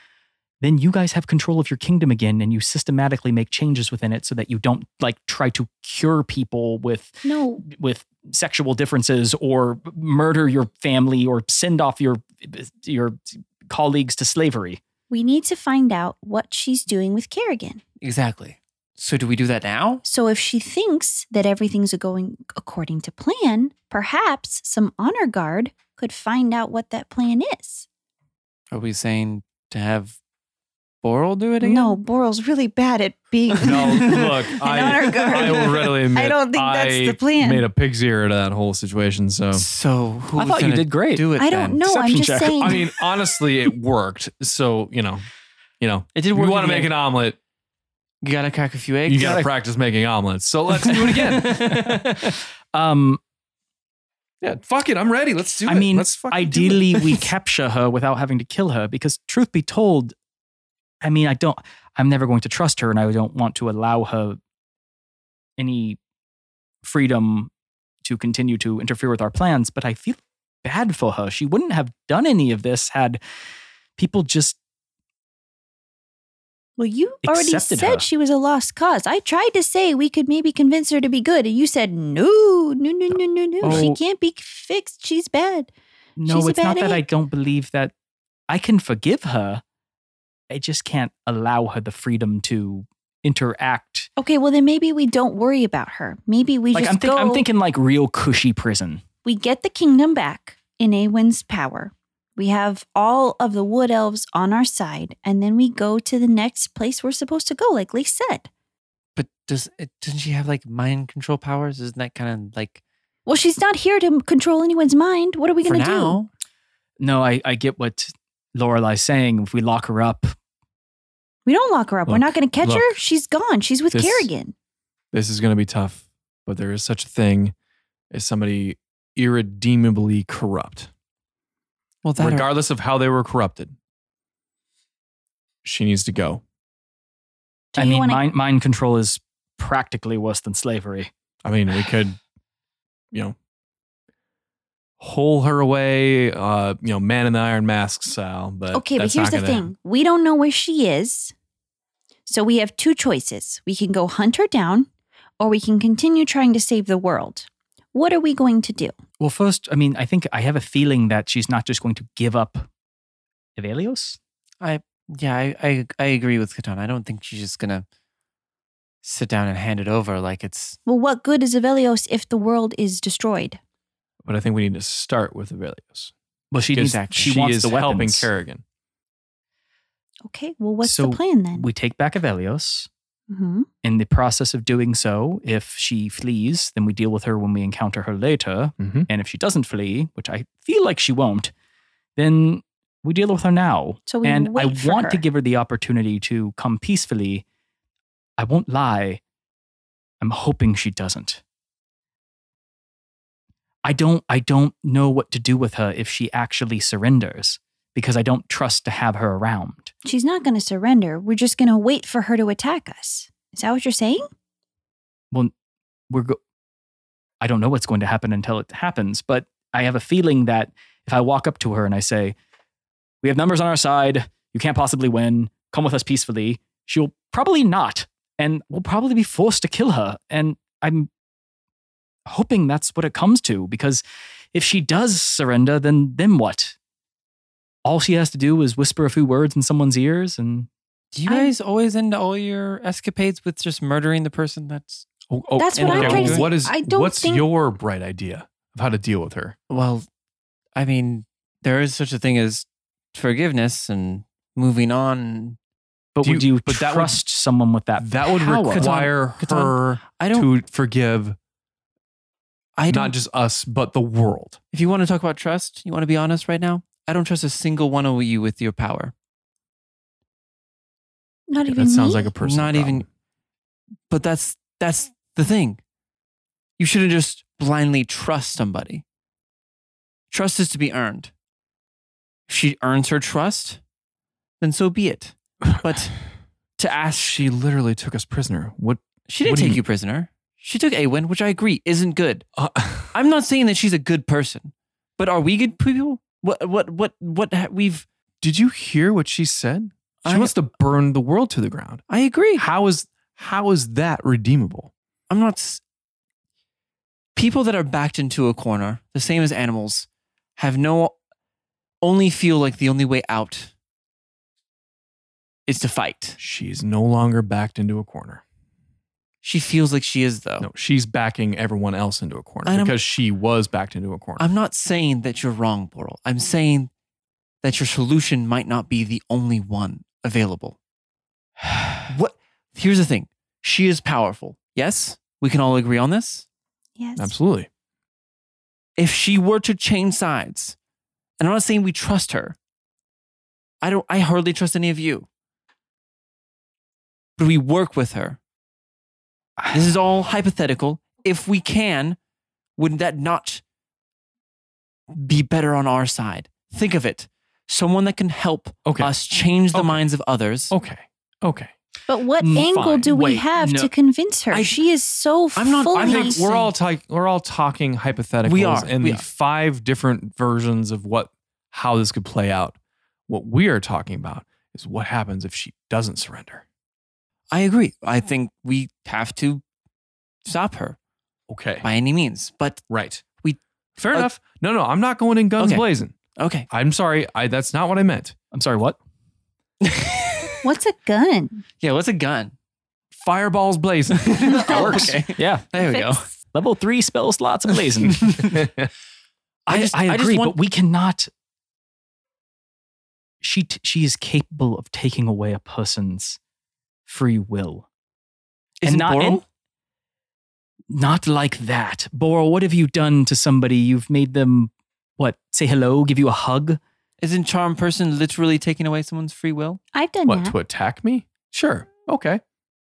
[SPEAKER 5] Then you guys have control of your kingdom again, and you systematically make changes within it so that you don't like try to cure people with
[SPEAKER 2] No,
[SPEAKER 5] with sexual differences or murder your family or send off your your colleagues to slavery.
[SPEAKER 2] we need to find out what she's doing with Kerrigan.
[SPEAKER 4] Exactly. So do we do that now?
[SPEAKER 2] So if she thinks that everything's going according to plan, perhaps some honor guard could find out what that plan is.
[SPEAKER 4] Are we saying to have Boral do it again? *laughs*
[SPEAKER 2] No, Boral's really bad at being
[SPEAKER 7] No,
[SPEAKER 2] *laughs*
[SPEAKER 7] look,
[SPEAKER 2] an
[SPEAKER 7] I,
[SPEAKER 2] honor guard.
[SPEAKER 7] I will readily admit,
[SPEAKER 2] I don't think that's
[SPEAKER 7] I
[SPEAKER 2] the plan.
[SPEAKER 7] Made a pig's ear out of that whole situation.
[SPEAKER 2] *laughs*
[SPEAKER 7] So,
[SPEAKER 4] *laughs* So who
[SPEAKER 5] I
[SPEAKER 4] was
[SPEAKER 5] thought you
[SPEAKER 4] gonna
[SPEAKER 5] did great.
[SPEAKER 4] do it?
[SPEAKER 2] I don't
[SPEAKER 4] then?
[SPEAKER 2] know. I'm
[SPEAKER 5] Perception
[SPEAKER 2] just
[SPEAKER 5] check.
[SPEAKER 2] saying.
[SPEAKER 7] I mean, honestly, it worked. So you know, you know,
[SPEAKER 4] It did
[SPEAKER 7] we
[SPEAKER 4] work.
[SPEAKER 7] want to
[SPEAKER 4] in the
[SPEAKER 7] make
[SPEAKER 4] end.
[SPEAKER 7] an omelet.
[SPEAKER 4] You gotta crack a few eggs.
[SPEAKER 7] You got to practice making omelets. So
[SPEAKER 4] *laughs*
[SPEAKER 7] let's do it again.
[SPEAKER 5] Um,
[SPEAKER 7] yeah, fuck it. I'm ready. Let's do
[SPEAKER 5] I
[SPEAKER 7] it.
[SPEAKER 5] mean,
[SPEAKER 7] let's fucking do it.
[SPEAKER 5] ideally,
[SPEAKER 7] *laughs*
[SPEAKER 5] we capture her without having to kill her because, truth be told, I mean, I don't, I'm never going to trust her and I don't want to allow her any freedom to continue to interfere with our plans. But I feel bad for her. She wouldn't have done any of this had people just,
[SPEAKER 2] well, you already
[SPEAKER 5] accepted
[SPEAKER 2] said
[SPEAKER 5] her.
[SPEAKER 2] she was a lost cause. I tried to say we could maybe convince her to be good, and you said no, no, no, no, no, no. She
[SPEAKER 5] Oh.
[SPEAKER 2] can't be fixed. She's bad.
[SPEAKER 5] no,
[SPEAKER 2] She's a
[SPEAKER 5] it's not
[SPEAKER 2] bad
[SPEAKER 5] that I
[SPEAKER 2] egg.
[SPEAKER 5] don't believe that I can forgive her. I just can't allow her the freedom to interact
[SPEAKER 2] Okay, well then maybe we don't worry about her. Maybe we
[SPEAKER 5] like
[SPEAKER 2] just
[SPEAKER 5] I'm, think-
[SPEAKER 2] go.
[SPEAKER 5] I'm thinking like real cushy prison.
[SPEAKER 2] we get the kingdom back in Awen's power. We have all of the wood elves on our side, and then we go to the next place we're supposed to go, like Lee said.
[SPEAKER 4] But does it, doesn't she have like mind control powers? Isn't that kind of like
[SPEAKER 2] Well, she's not here to control anyone's mind. What are we
[SPEAKER 4] for
[SPEAKER 2] going to do?
[SPEAKER 4] now?
[SPEAKER 5] No, I, I get what Lorelai's saying. If we lock her up,
[SPEAKER 2] We don't lock her up. We're
[SPEAKER 7] Look,
[SPEAKER 2] not going to catch her.
[SPEAKER 7] look.
[SPEAKER 2] She's gone. She's with
[SPEAKER 7] This-
[SPEAKER 2] Kerrigan.
[SPEAKER 7] this is going to be tough, but there is such a thing as somebody irredeemably corrupt,
[SPEAKER 4] Well, that or-
[SPEAKER 7] regardless of how they were corrupted. She needs to go.
[SPEAKER 2] Do
[SPEAKER 5] I
[SPEAKER 2] you
[SPEAKER 5] mean,
[SPEAKER 2] wanna-
[SPEAKER 5] mind, mind control is practically worse than slavery.
[SPEAKER 7] I mean, we could, you know, hole her away, uh, you know, man in the iron mask style. But
[SPEAKER 2] Okay, but
[SPEAKER 7] that's
[SPEAKER 2] here's
[SPEAKER 7] not
[SPEAKER 2] the
[SPEAKER 7] gonna-
[SPEAKER 2] thing. We don't know where she is. So we have two choices. We can go hunt her down or we can continue trying to save the world. What are we going to do?
[SPEAKER 5] Well, first, I mean, I think I have a feeling that she's not just going to give up Evelios.
[SPEAKER 4] yeah, I, I I agree with Catan. I don't think she's just gonna sit down and hand it over like it's
[SPEAKER 2] Well, what good is Avelios if the world is destroyed?
[SPEAKER 7] But I think we need to start with Avelios.
[SPEAKER 5] Well, she needs. She,
[SPEAKER 7] she
[SPEAKER 5] wants
[SPEAKER 7] is
[SPEAKER 5] the weapons.
[SPEAKER 7] helping Kerrigan.
[SPEAKER 2] Okay. Well, what's
[SPEAKER 5] So
[SPEAKER 2] the plan then?
[SPEAKER 5] We take back Avelios.
[SPEAKER 2] hmm
[SPEAKER 5] In the process of doing so, if she flees, then we deal with her when we encounter her later.
[SPEAKER 7] Mhm.
[SPEAKER 5] And if she doesn't flee, which I feel like she won't, then we deal with her now.
[SPEAKER 2] So we
[SPEAKER 5] and I
[SPEAKER 2] wait for
[SPEAKER 5] want to
[SPEAKER 2] her.
[SPEAKER 5] give her the opportunity to come peacefully. I won't lie. I'm hoping she doesn't. I don't I don't know what to do with her if she actually surrenders because I don't trust to have her around.
[SPEAKER 2] She's not going to surrender. We're just going to wait for her to attack us. Is that what you're saying?
[SPEAKER 5] We're go- I don't know what's going to happen until it happens, but I have a feeling that if I walk up to her and I say, "We have numbers on our side. You can't possibly win. Come with us peacefully." She'll probably not and we'll probably be forced to kill her and I'm hoping that's what it comes to because if she does surrender then then what? All she has to do is whisper a few words in someone's ears and
[SPEAKER 4] Do you
[SPEAKER 2] I'm-
[SPEAKER 4] guys always end all your escapades with just murdering the person that's
[SPEAKER 7] Oh, oh,
[SPEAKER 2] That's
[SPEAKER 4] what I'm trying to say.
[SPEAKER 7] What is,
[SPEAKER 2] I don't
[SPEAKER 7] what's
[SPEAKER 2] think-
[SPEAKER 7] your bright idea of how to deal with her?
[SPEAKER 4] well, I mean, there is such a thing as forgiveness and moving on.
[SPEAKER 5] But
[SPEAKER 7] Do
[SPEAKER 5] would
[SPEAKER 7] you-
[SPEAKER 5] you
[SPEAKER 7] but that would-
[SPEAKER 5] trust someone
[SPEAKER 4] Uh,
[SPEAKER 5] with that?
[SPEAKER 7] That would
[SPEAKER 5] power?
[SPEAKER 7] require
[SPEAKER 4] Catan-
[SPEAKER 7] her
[SPEAKER 4] I don't.
[SPEAKER 7] to forgive
[SPEAKER 4] I don't.
[SPEAKER 7] not just us, but the world.
[SPEAKER 4] if you want to talk about trust, you want to be honest right now. I don't trust a single one of you with your power.
[SPEAKER 2] Not even
[SPEAKER 7] That sounds
[SPEAKER 2] me?
[SPEAKER 7] like a person.
[SPEAKER 4] Not even- But that's that's the thing. You shouldn't just blindly trust somebody. Trust is to be earned. If she earns her trust, then so be it.
[SPEAKER 7] *sighs*
[SPEAKER 4] But to ask
[SPEAKER 7] She literally took us prisoner. What?
[SPEAKER 4] She didn't
[SPEAKER 7] What do
[SPEAKER 4] take you,
[SPEAKER 7] you-
[SPEAKER 4] prisoner. She took Awen, which I agree isn't good.
[SPEAKER 7] Uh, *laughs*
[SPEAKER 4] I'm not saying that she's a good person, but are we good people? What what what what ha- we've
[SPEAKER 7] did you hear what she said? She
[SPEAKER 4] I-
[SPEAKER 7] wants to burn the world to the ground.
[SPEAKER 4] I agree.
[SPEAKER 7] How is how is that redeemable?
[SPEAKER 4] I'm not s- people that are backed into a corner, the same as animals, have no only feel like the only way out is to fight.
[SPEAKER 7] She's no longer backed into a corner.
[SPEAKER 4] She feels like she is though.
[SPEAKER 7] No, she's backing everyone else into a corner
[SPEAKER 4] Oh. I don't-
[SPEAKER 7] because she was backed into a corner.
[SPEAKER 4] I'm not saying that you're wrong, Boral. I'm saying that your solution might not be the only one available. *sighs* what? Here's the thing. She is powerful. Yes, we can all agree on this.
[SPEAKER 2] Yes.
[SPEAKER 7] Absolutely.
[SPEAKER 4] If she were to change sides, and I'm not saying we trust her. I don't. I hardly trust any of you. But we work with her. This is all hypothetical. If we can, would that not be better on our side? Think of it. Someone that can help
[SPEAKER 7] Okay.
[SPEAKER 4] us change the
[SPEAKER 7] Okay.
[SPEAKER 4] minds of others.
[SPEAKER 7] Okay. Okay.
[SPEAKER 2] But what
[SPEAKER 5] Mm,
[SPEAKER 2] angle
[SPEAKER 5] fine.
[SPEAKER 2] do we
[SPEAKER 5] Wait,
[SPEAKER 2] have
[SPEAKER 5] no.
[SPEAKER 2] to convince her?
[SPEAKER 4] I-
[SPEAKER 2] she is so
[SPEAKER 4] I'm not- I
[SPEAKER 2] fully.
[SPEAKER 7] I think we're all ta- we're all talking hypotheticals
[SPEAKER 4] Oh, We are,
[SPEAKER 7] and
[SPEAKER 4] we
[SPEAKER 7] the
[SPEAKER 4] are.
[SPEAKER 7] five different versions of what how this could play out. What we are talking about is what happens if she doesn't surrender.
[SPEAKER 4] I agree. I think we have to stop her
[SPEAKER 7] Okay.
[SPEAKER 4] by any means. But
[SPEAKER 7] Right.
[SPEAKER 4] We-
[SPEAKER 7] Fair
[SPEAKER 4] uh,
[SPEAKER 7] enough. No, no, I'm not going in guns
[SPEAKER 4] Okay.
[SPEAKER 7] blazing.
[SPEAKER 4] okay.
[SPEAKER 7] I'm sorry. I that's not what I meant.
[SPEAKER 5] I'm sorry, what?
[SPEAKER 2] What's a gun?
[SPEAKER 4] Yeah, what's a *laughs* gun?
[SPEAKER 7] Fireballs *laughs* blazing.
[SPEAKER 4] That works.
[SPEAKER 7] Okay.
[SPEAKER 5] Yeah,
[SPEAKER 4] There we go.
[SPEAKER 2] Fix-
[SPEAKER 5] level three spell
[SPEAKER 7] *laughs*
[SPEAKER 5] slots blazing.
[SPEAKER 4] *laughs*
[SPEAKER 5] I,
[SPEAKER 4] just-
[SPEAKER 5] I
[SPEAKER 4] I just
[SPEAKER 5] agree,
[SPEAKER 4] want-
[SPEAKER 5] but we cannot. She t- she is capable of taking away a person's free will.
[SPEAKER 4] Isn't Boral?
[SPEAKER 5] not like that, Boral. What have you done to somebody? You've made them what? Say hello, give you a hug.
[SPEAKER 4] Isn't charm person literally taking away someone's free will?
[SPEAKER 2] I've done
[SPEAKER 7] what
[SPEAKER 2] that.
[SPEAKER 7] to attack me? Sure. Okay.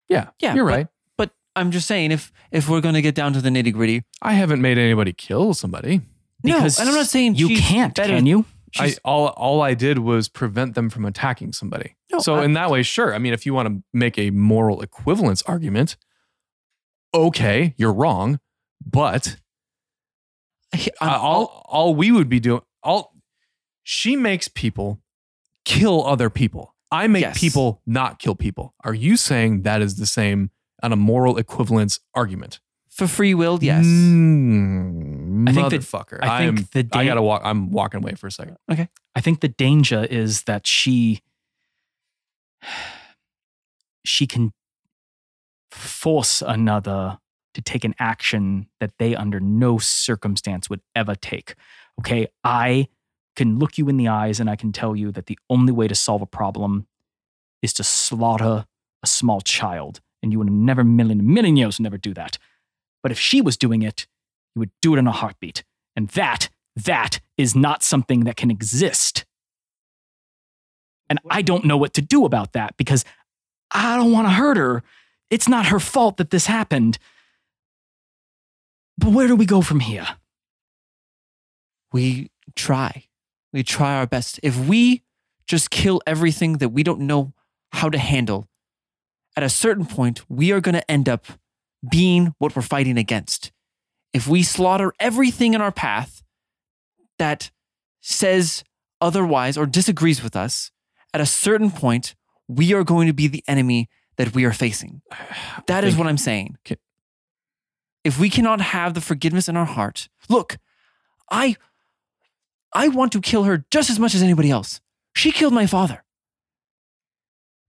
[SPEAKER 7] Yeah.
[SPEAKER 4] Yeah,
[SPEAKER 7] You're
[SPEAKER 4] but-
[SPEAKER 7] right.
[SPEAKER 4] But I'm just saying, if if we're gonna get down to the nitty gritty,
[SPEAKER 7] I haven't made anybody kill somebody.
[SPEAKER 4] no,
[SPEAKER 5] Because
[SPEAKER 4] and I'm not saying
[SPEAKER 5] you
[SPEAKER 4] she's
[SPEAKER 5] can't.
[SPEAKER 4] better-
[SPEAKER 5] Can you?
[SPEAKER 7] I
[SPEAKER 4] she's-
[SPEAKER 7] all all I did was prevent them from attacking somebody.
[SPEAKER 4] No,
[SPEAKER 7] so
[SPEAKER 4] I-
[SPEAKER 7] in that way, sure. I mean, if you want to make a moral equivalence argument, okay, you're wrong, but
[SPEAKER 4] I'm
[SPEAKER 7] uh, all all we would be doing all she makes people kill other people. I make
[SPEAKER 4] Yes.
[SPEAKER 7] people not kill people. Are you saying that is the same on a moral equivalence argument?
[SPEAKER 4] for free will. Yes,
[SPEAKER 7] Mm,
[SPEAKER 5] I
[SPEAKER 7] I think
[SPEAKER 5] think that-
[SPEAKER 7] motherfucker.
[SPEAKER 5] I think
[SPEAKER 7] am-
[SPEAKER 5] the
[SPEAKER 7] I
[SPEAKER 5] da-
[SPEAKER 7] gotta walk. I'm walking away for a second.
[SPEAKER 5] I think the danger is that she she can force another to take an action that they under no circumstance would ever take. Okay, I can look you in the eyes and I can tell you that the only way to solve a problem is to slaughter a small child. And you would never, million, million years, never do that. But if she was doing it, you would do it in a heartbeat. And that, that is not something that can exist. And I don't know what to do about that because I don't want to hurt her. It's not her fault that this happened. But where do we go from here? *laughs*
[SPEAKER 4] we try. We try our best. If we just kill everything that we don't know how to handle, at a certain point, we are going to end up being what we're fighting against. If we slaughter everything in our path that says otherwise or disagrees with us, at a certain point, we are going to be the enemy that we
[SPEAKER 7] *sighs*
[SPEAKER 4] are facing. That is
[SPEAKER 7] think-
[SPEAKER 4] what I'm saying.
[SPEAKER 7] Ca-
[SPEAKER 4] If we cannot have the forgiveness in our heart, look, I I want to kill her just as much as anybody else. She killed my father.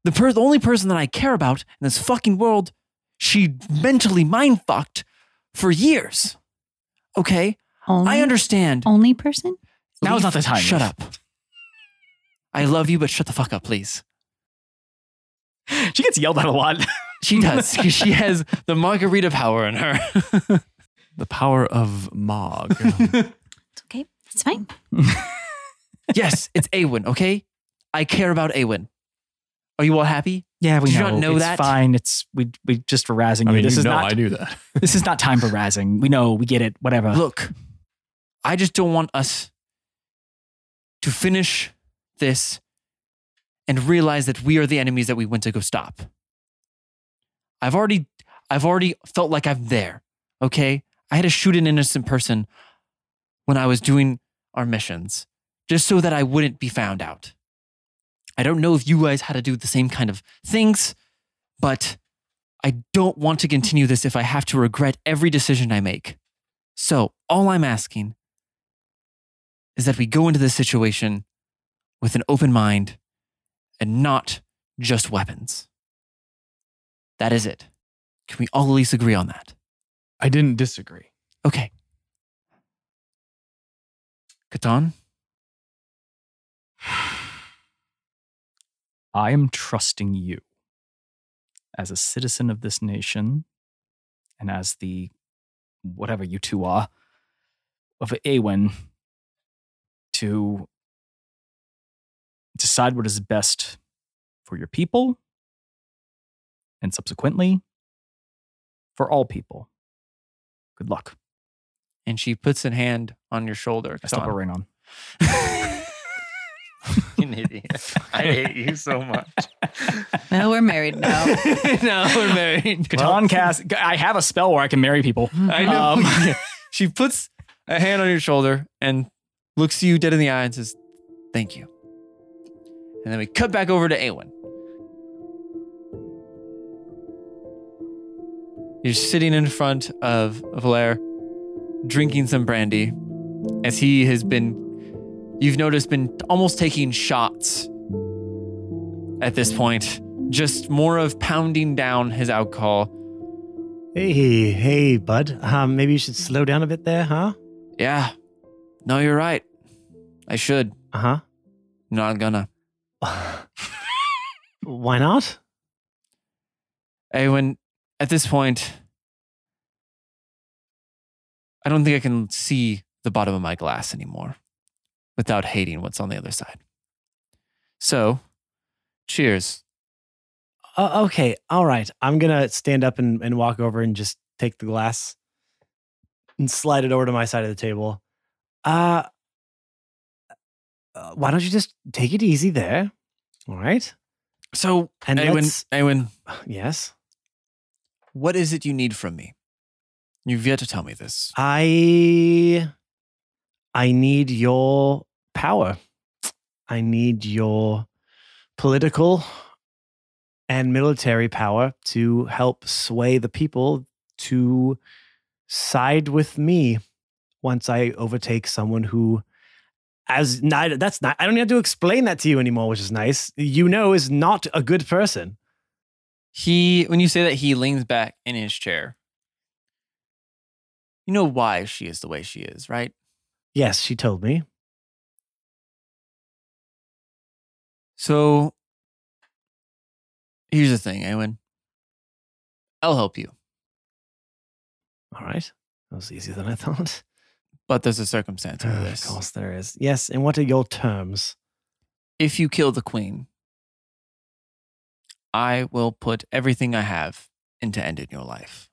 [SPEAKER 4] The, per- the only person that I care about in this fucking world, she mentally mind fucked for years. Okay?
[SPEAKER 2] Only,
[SPEAKER 4] I understand.
[SPEAKER 2] Only person?
[SPEAKER 5] Now
[SPEAKER 4] Leaf,
[SPEAKER 5] is not the time,
[SPEAKER 4] Shut
[SPEAKER 5] Leaf.
[SPEAKER 4] up. I love you, but shut the fuck up, please.
[SPEAKER 5] She gets yelled at a lot.
[SPEAKER 4] She does. she has the margarita power in her.
[SPEAKER 7] The power of *laughs* Mog.
[SPEAKER 2] It's okay. It's fine.
[SPEAKER 4] yes, it's Awen, okay? I care about Awen. Are you all happy?
[SPEAKER 5] *laughs* Yeah, we
[SPEAKER 4] Did you
[SPEAKER 5] know.
[SPEAKER 4] not know
[SPEAKER 5] it's
[SPEAKER 4] that?
[SPEAKER 5] fine. It's we we just for razzing
[SPEAKER 7] I
[SPEAKER 5] you.
[SPEAKER 7] mean,
[SPEAKER 5] This
[SPEAKER 7] you
[SPEAKER 5] is
[SPEAKER 7] know
[SPEAKER 5] not
[SPEAKER 7] I do that.
[SPEAKER 5] *laughs* this is not time for razzing. We know. We get it. Whatever.
[SPEAKER 4] Look, I just don't want us to finish this and realize that we are the enemies that we went to go stop. I've already I've already felt like I'm there. Okay? I had to shoot an innocent person when I was doing our missions just so that I wouldn't be found out. I don't know if you guys had to do the same kind of things, but I don't want to continue this if I have to regret every decision I make. So, all I'm asking is that we go into this situation with an open mind and not just weapons. That is it. Can we all at least agree on that?
[SPEAKER 7] I didn't disagree.
[SPEAKER 4] Okay. Catan,
[SPEAKER 5] I am trusting you as a citizen of this nation and as the whatever you two are of Awen to decide what is best for your people and subsequently for all people. Good luck.
[SPEAKER 4] and she puts a hand on your shoulder.
[SPEAKER 5] I stop
[SPEAKER 4] *laughs*
[SPEAKER 5] a rain on.
[SPEAKER 4] Fucking idiot. I hate you so much.
[SPEAKER 6] Well, we're
[SPEAKER 5] *laughs*
[SPEAKER 6] married now.
[SPEAKER 4] now we're married.
[SPEAKER 5] Catan cast. I have a spell where I can marry people.
[SPEAKER 4] I know.
[SPEAKER 5] Um,
[SPEAKER 4] *laughs* she puts a hand on your shoulder and looks you dead in the eye and says, Thank you. And then we cut back over to Awen. You're sitting in front of Valere, drinking some brandy, as he has been, you've noticed, been almost taking shots at this point. Just more of pounding down his alcohol.
[SPEAKER 3] Hey, hey, bud. Um, maybe you should slow down a bit there, huh?
[SPEAKER 4] Yeah. No, you're right. I should.
[SPEAKER 3] Uh
[SPEAKER 4] Not gonna.
[SPEAKER 3] huh. *laughs* Why not?
[SPEAKER 4] Awen, at this point, I don't think I can see the bottom of my glass anymore without hating what's on the other side. So, cheers.
[SPEAKER 3] Uh, okay, all right. I'm gonna stand up and, and walk over and just take the glass and slide it over to my side of the table. Uh, uh, why don't you just take it easy there? All right.
[SPEAKER 4] So,
[SPEAKER 3] And
[SPEAKER 4] Awen,
[SPEAKER 3] let's-
[SPEAKER 4] Awen,
[SPEAKER 3] Yes.
[SPEAKER 4] what is it you need from me? You've yet to tell me this.
[SPEAKER 3] I I need your power. I need your political and military power to help sway the people to side with me once I overtake someone who as neither that's not I don't have to explain that to you anymore, which is nice. You know is not a good person.
[SPEAKER 4] He, when you say that, he leans back in his chair You know why she is the way she is, right?
[SPEAKER 10] Yes, she told me.
[SPEAKER 4] So here's the thing, Awen. I'll help you,
[SPEAKER 10] All right. That was easier than I thought.
[SPEAKER 4] but there's a circumstance to
[SPEAKER 10] Oh, of
[SPEAKER 4] this.
[SPEAKER 10] course there is. Yes, and what are your terms?
[SPEAKER 4] if you kill the queen, I will put everything I have into ending your life.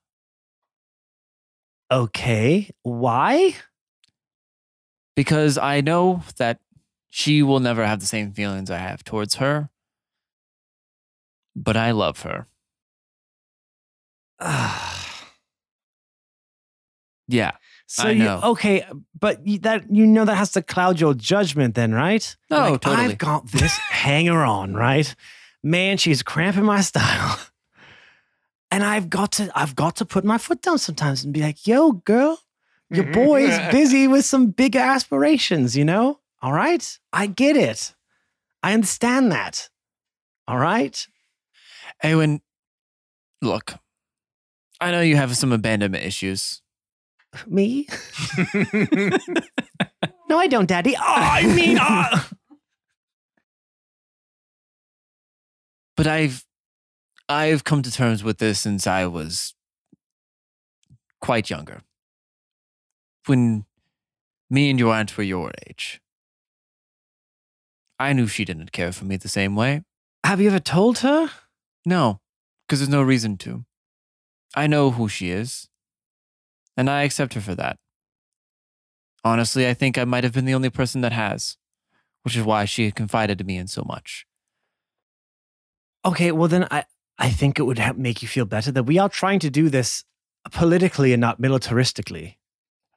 [SPEAKER 10] Okay. Why?
[SPEAKER 4] Because I know that she will never have the same feelings I have towards her, but I love her. Yeah.
[SPEAKER 10] *sighs* so
[SPEAKER 4] I know.
[SPEAKER 10] You, okay, but you, that you know that has to cloud your judgment then, right?
[SPEAKER 4] No,
[SPEAKER 10] Like,
[SPEAKER 4] totally.
[SPEAKER 10] I've got this hanger on, right? Man, she's cramping my style. *laughs* And I've got to I've got to put my foot down sometimes and be like, yo, girl, your boy's *laughs* busy with some big aspirations, you know? All right? I get it. I understand that. All right?
[SPEAKER 4] Eowyn, look, I know you have some abandonment issues.
[SPEAKER 10] Me? no, I don't, Daddy. Oh, *laughs* I mean, ah.
[SPEAKER 4] but I've I've come to terms with this since I was quite younger. When me and your aunt were your age. I knew she didn't care for me the same way.
[SPEAKER 10] have you ever told her?
[SPEAKER 4] No, because there's no reason to. I know who she is, and I accept her for that. Honestly, I think I might have been the only person that has, which is why she confided to me in so much.
[SPEAKER 10] Okay, well then I I think it would help make you feel better that we are trying to do this politically and not militaristically.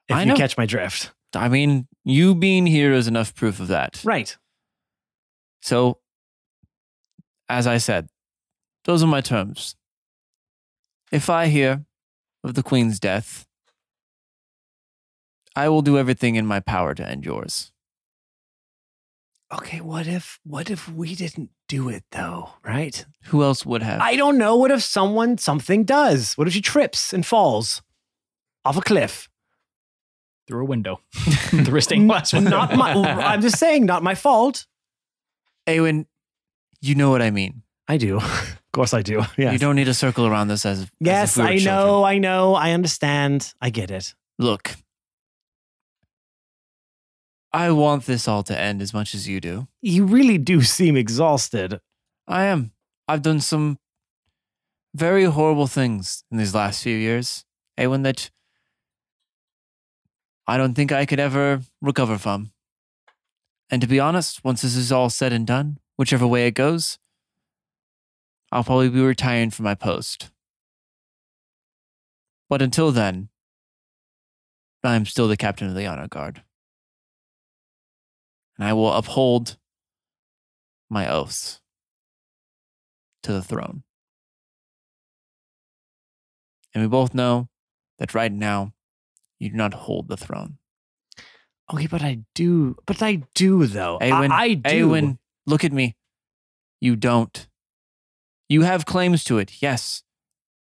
[SPEAKER 10] If
[SPEAKER 4] I
[SPEAKER 10] you
[SPEAKER 4] know.
[SPEAKER 10] catch my drift.
[SPEAKER 4] I mean, you being here is enough proof of that.
[SPEAKER 10] Right.
[SPEAKER 4] So, as I said, those are my terms. If I hear of the Queen's death, I will do everything in my power to end yours.
[SPEAKER 10] Okay, what if what if we didn't do it though, right?
[SPEAKER 4] Who else would have?
[SPEAKER 10] I don't know. What if someone something does? What if she trips and falls off a cliff?
[SPEAKER 5] through a window, through a stained glass window. *laughs*
[SPEAKER 10] Not *laughs* my I'm just saying, not my fault.
[SPEAKER 4] Eowyn, you know what I mean.
[SPEAKER 10] I do. *laughs* of course I do.
[SPEAKER 4] You
[SPEAKER 10] Yes.
[SPEAKER 4] don't need to circle around this as. as if
[SPEAKER 10] yes,
[SPEAKER 4] we were
[SPEAKER 10] I
[SPEAKER 4] children.
[SPEAKER 10] know, I know, I understand. I get it.
[SPEAKER 4] Look, I want this all to end as much as you do.
[SPEAKER 10] You really do seem exhausted.
[SPEAKER 4] I am. I've done some very horrible things in these last few years. A one that I don't think I could ever recover from. And to be honest, once this is all said and done, whichever way it goes, I'll probably be retiring from my post. But until then, I'm still the captain of the honor guard. And I will uphold my oaths to the throne. And we both know that right now you do not hold the throne.
[SPEAKER 10] Okay, but I do. But I do though. Oh, I-
[SPEAKER 4] Awen,
[SPEAKER 10] I, do.
[SPEAKER 4] Awen, look at me. You don't. You have claims to it, yes.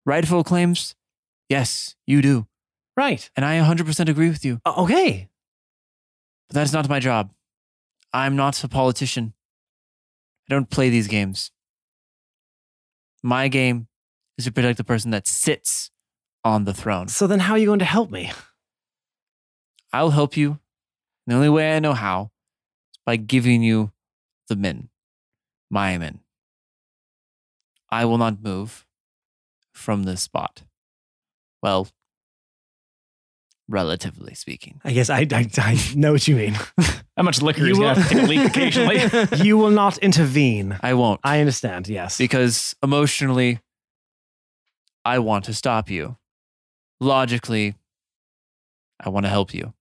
[SPEAKER 4] Rightful claims, yes, you do.
[SPEAKER 10] Right.
[SPEAKER 4] And I 100% agree with you.
[SPEAKER 10] O- Uh, Okay.
[SPEAKER 4] But that's not my job. I'm not a politician. I don't play these games. My game is to protect the person that sits on the throne.
[SPEAKER 10] So then, how are you going to help me?
[SPEAKER 4] I'll help you. The only way I know how is by giving you the men, my men. I will not move from this spot. Well, relatively speaking.
[SPEAKER 10] I guess I, I, I know what you mean.
[SPEAKER 5] How much liquor
[SPEAKER 10] You
[SPEAKER 5] is going to
[SPEAKER 10] will-
[SPEAKER 5] have to take a leak occasionally?
[SPEAKER 10] you will not intervene.
[SPEAKER 4] I won't.
[SPEAKER 10] I understand. Yes.
[SPEAKER 4] because emotionally, I want to stop you. Logically, I want to help you.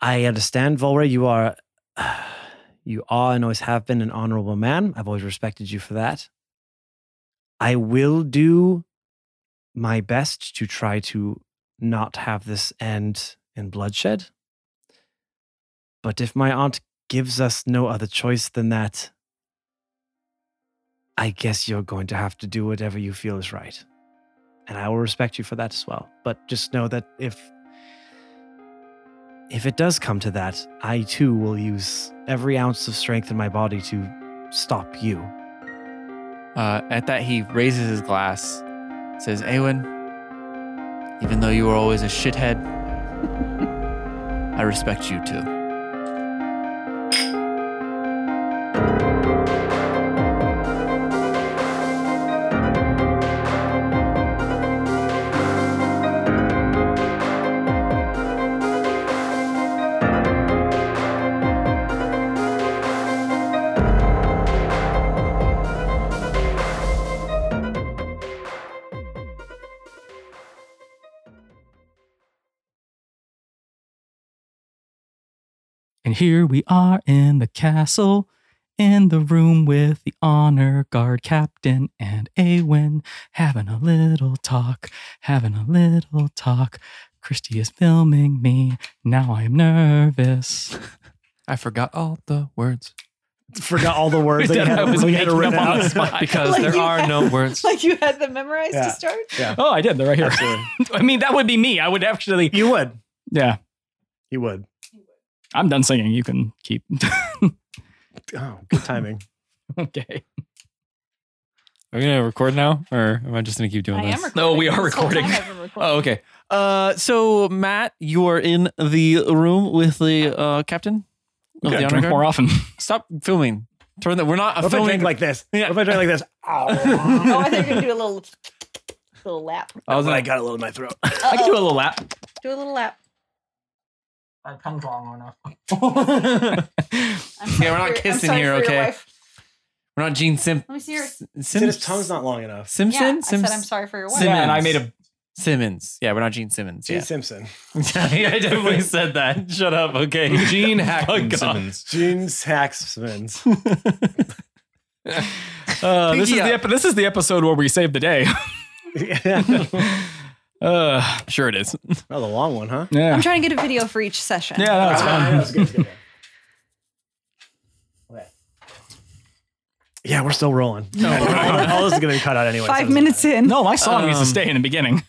[SPEAKER 10] I understand, Volra. You are, *sighs* you are, and always have been an honorable man. I've always respected you for that. I will do my best to try to not have this end in bloodshed. But if my aunt gives us no other choice than that, I guess you're going to have to do whatever you feel is right. and I will respect you for that as well. But just know that if if it does come to that, I too will use every ounce of strength in my body to stop you.
[SPEAKER 4] Uh, at that, he raises his glass, says, Awen, even though you were always a shithead, I respect you too.
[SPEAKER 5] And here we are in the castle, in the room with the honor guard captain and Awen, having a little talk, having a little talk. Christy is filming me. Now I'm nervous.
[SPEAKER 7] I forgot all the words
[SPEAKER 10] Forgot all the *laughs* words that you
[SPEAKER 5] I
[SPEAKER 10] had,
[SPEAKER 5] was
[SPEAKER 10] we had
[SPEAKER 5] making
[SPEAKER 10] written
[SPEAKER 5] up on
[SPEAKER 10] out.
[SPEAKER 5] the
[SPEAKER 10] *laughs*
[SPEAKER 5] spot.
[SPEAKER 7] because
[SPEAKER 6] Like
[SPEAKER 7] there
[SPEAKER 6] you
[SPEAKER 7] are no words.
[SPEAKER 6] *laughs* Like you had them memorized
[SPEAKER 10] Yeah.
[SPEAKER 6] to start?
[SPEAKER 5] Oh, I did. They're right here. *laughs* I mean, that would be me. I would actually.
[SPEAKER 10] You would.
[SPEAKER 5] Yeah,
[SPEAKER 10] You would.
[SPEAKER 5] I'm done singing. You can keep. *laughs*
[SPEAKER 10] Oh, good timing.
[SPEAKER 5] okay.
[SPEAKER 4] Are we gonna record now, or am I just gonna keep doing
[SPEAKER 6] I
[SPEAKER 4] this?
[SPEAKER 6] am recording.
[SPEAKER 4] No, we are
[SPEAKER 6] This whole time
[SPEAKER 4] recording.
[SPEAKER 6] I've been recording.
[SPEAKER 4] Oh, okay. Uh, so Matt, you are in the room with the uh, captain of the
[SPEAKER 5] Yeah,
[SPEAKER 4] honor
[SPEAKER 5] drink
[SPEAKER 4] guard.
[SPEAKER 5] more often.
[SPEAKER 4] Stop filming. Turn that. We're not
[SPEAKER 10] What
[SPEAKER 4] a
[SPEAKER 10] if I
[SPEAKER 4] filming.
[SPEAKER 10] drank like this?
[SPEAKER 4] Yeah.
[SPEAKER 10] What if I drank like this? Oh,
[SPEAKER 6] Oh, I think you're gonna do a little, little lap.
[SPEAKER 4] I was
[SPEAKER 10] I
[SPEAKER 4] like,
[SPEAKER 10] got a little in my throat.
[SPEAKER 5] I can *laughs* do a little lap.
[SPEAKER 6] Do a little lap.
[SPEAKER 5] I come strong enough.
[SPEAKER 6] I'm sorry
[SPEAKER 4] we're not
[SPEAKER 6] for your- I'm
[SPEAKER 4] kissing
[SPEAKER 6] sorry
[SPEAKER 4] here,
[SPEAKER 6] for your
[SPEAKER 4] okay?
[SPEAKER 6] wife.
[SPEAKER 4] we're not Gene Sim.
[SPEAKER 6] Let me see yours.
[SPEAKER 4] Sim-
[SPEAKER 10] Said his tongue's not long enough.
[SPEAKER 4] Simpson.
[SPEAKER 6] Yeah, I
[SPEAKER 4] Sims-
[SPEAKER 6] said I'm sorry for your wife.
[SPEAKER 4] Sim-
[SPEAKER 5] Yeah, and I made a
[SPEAKER 4] Simmons. Yeah, we're not Gene Simmons. *laughs*
[SPEAKER 10] Gene
[SPEAKER 4] Yeah.
[SPEAKER 10] Simpson.
[SPEAKER 4] I definitely said that. Shut up. Okay.
[SPEAKER 5] *laughs*
[SPEAKER 7] Gene
[SPEAKER 5] Oh,
[SPEAKER 7] Hackman
[SPEAKER 4] Fuck off.
[SPEAKER 7] Simmons.
[SPEAKER 10] Gene Saxman's. *laughs*
[SPEAKER 5] Uh, this is
[SPEAKER 4] Pinky
[SPEAKER 5] the ep- this is the episode where we save the day.
[SPEAKER 10] that
[SPEAKER 5] *laughs* Uh,
[SPEAKER 4] Sure it is.
[SPEAKER 10] was a long one, huh?
[SPEAKER 5] yeah,
[SPEAKER 6] I'm trying to get a video for each session.
[SPEAKER 5] yeah, that's fun.
[SPEAKER 10] Yeah, we're still rolling. all, all this is gonna be cut out anyway. so
[SPEAKER 6] Five
[SPEAKER 10] *laughs* it doesn't
[SPEAKER 6] minutes in.
[SPEAKER 5] No, my song needs to
[SPEAKER 4] Um,
[SPEAKER 5] stay in the beginning.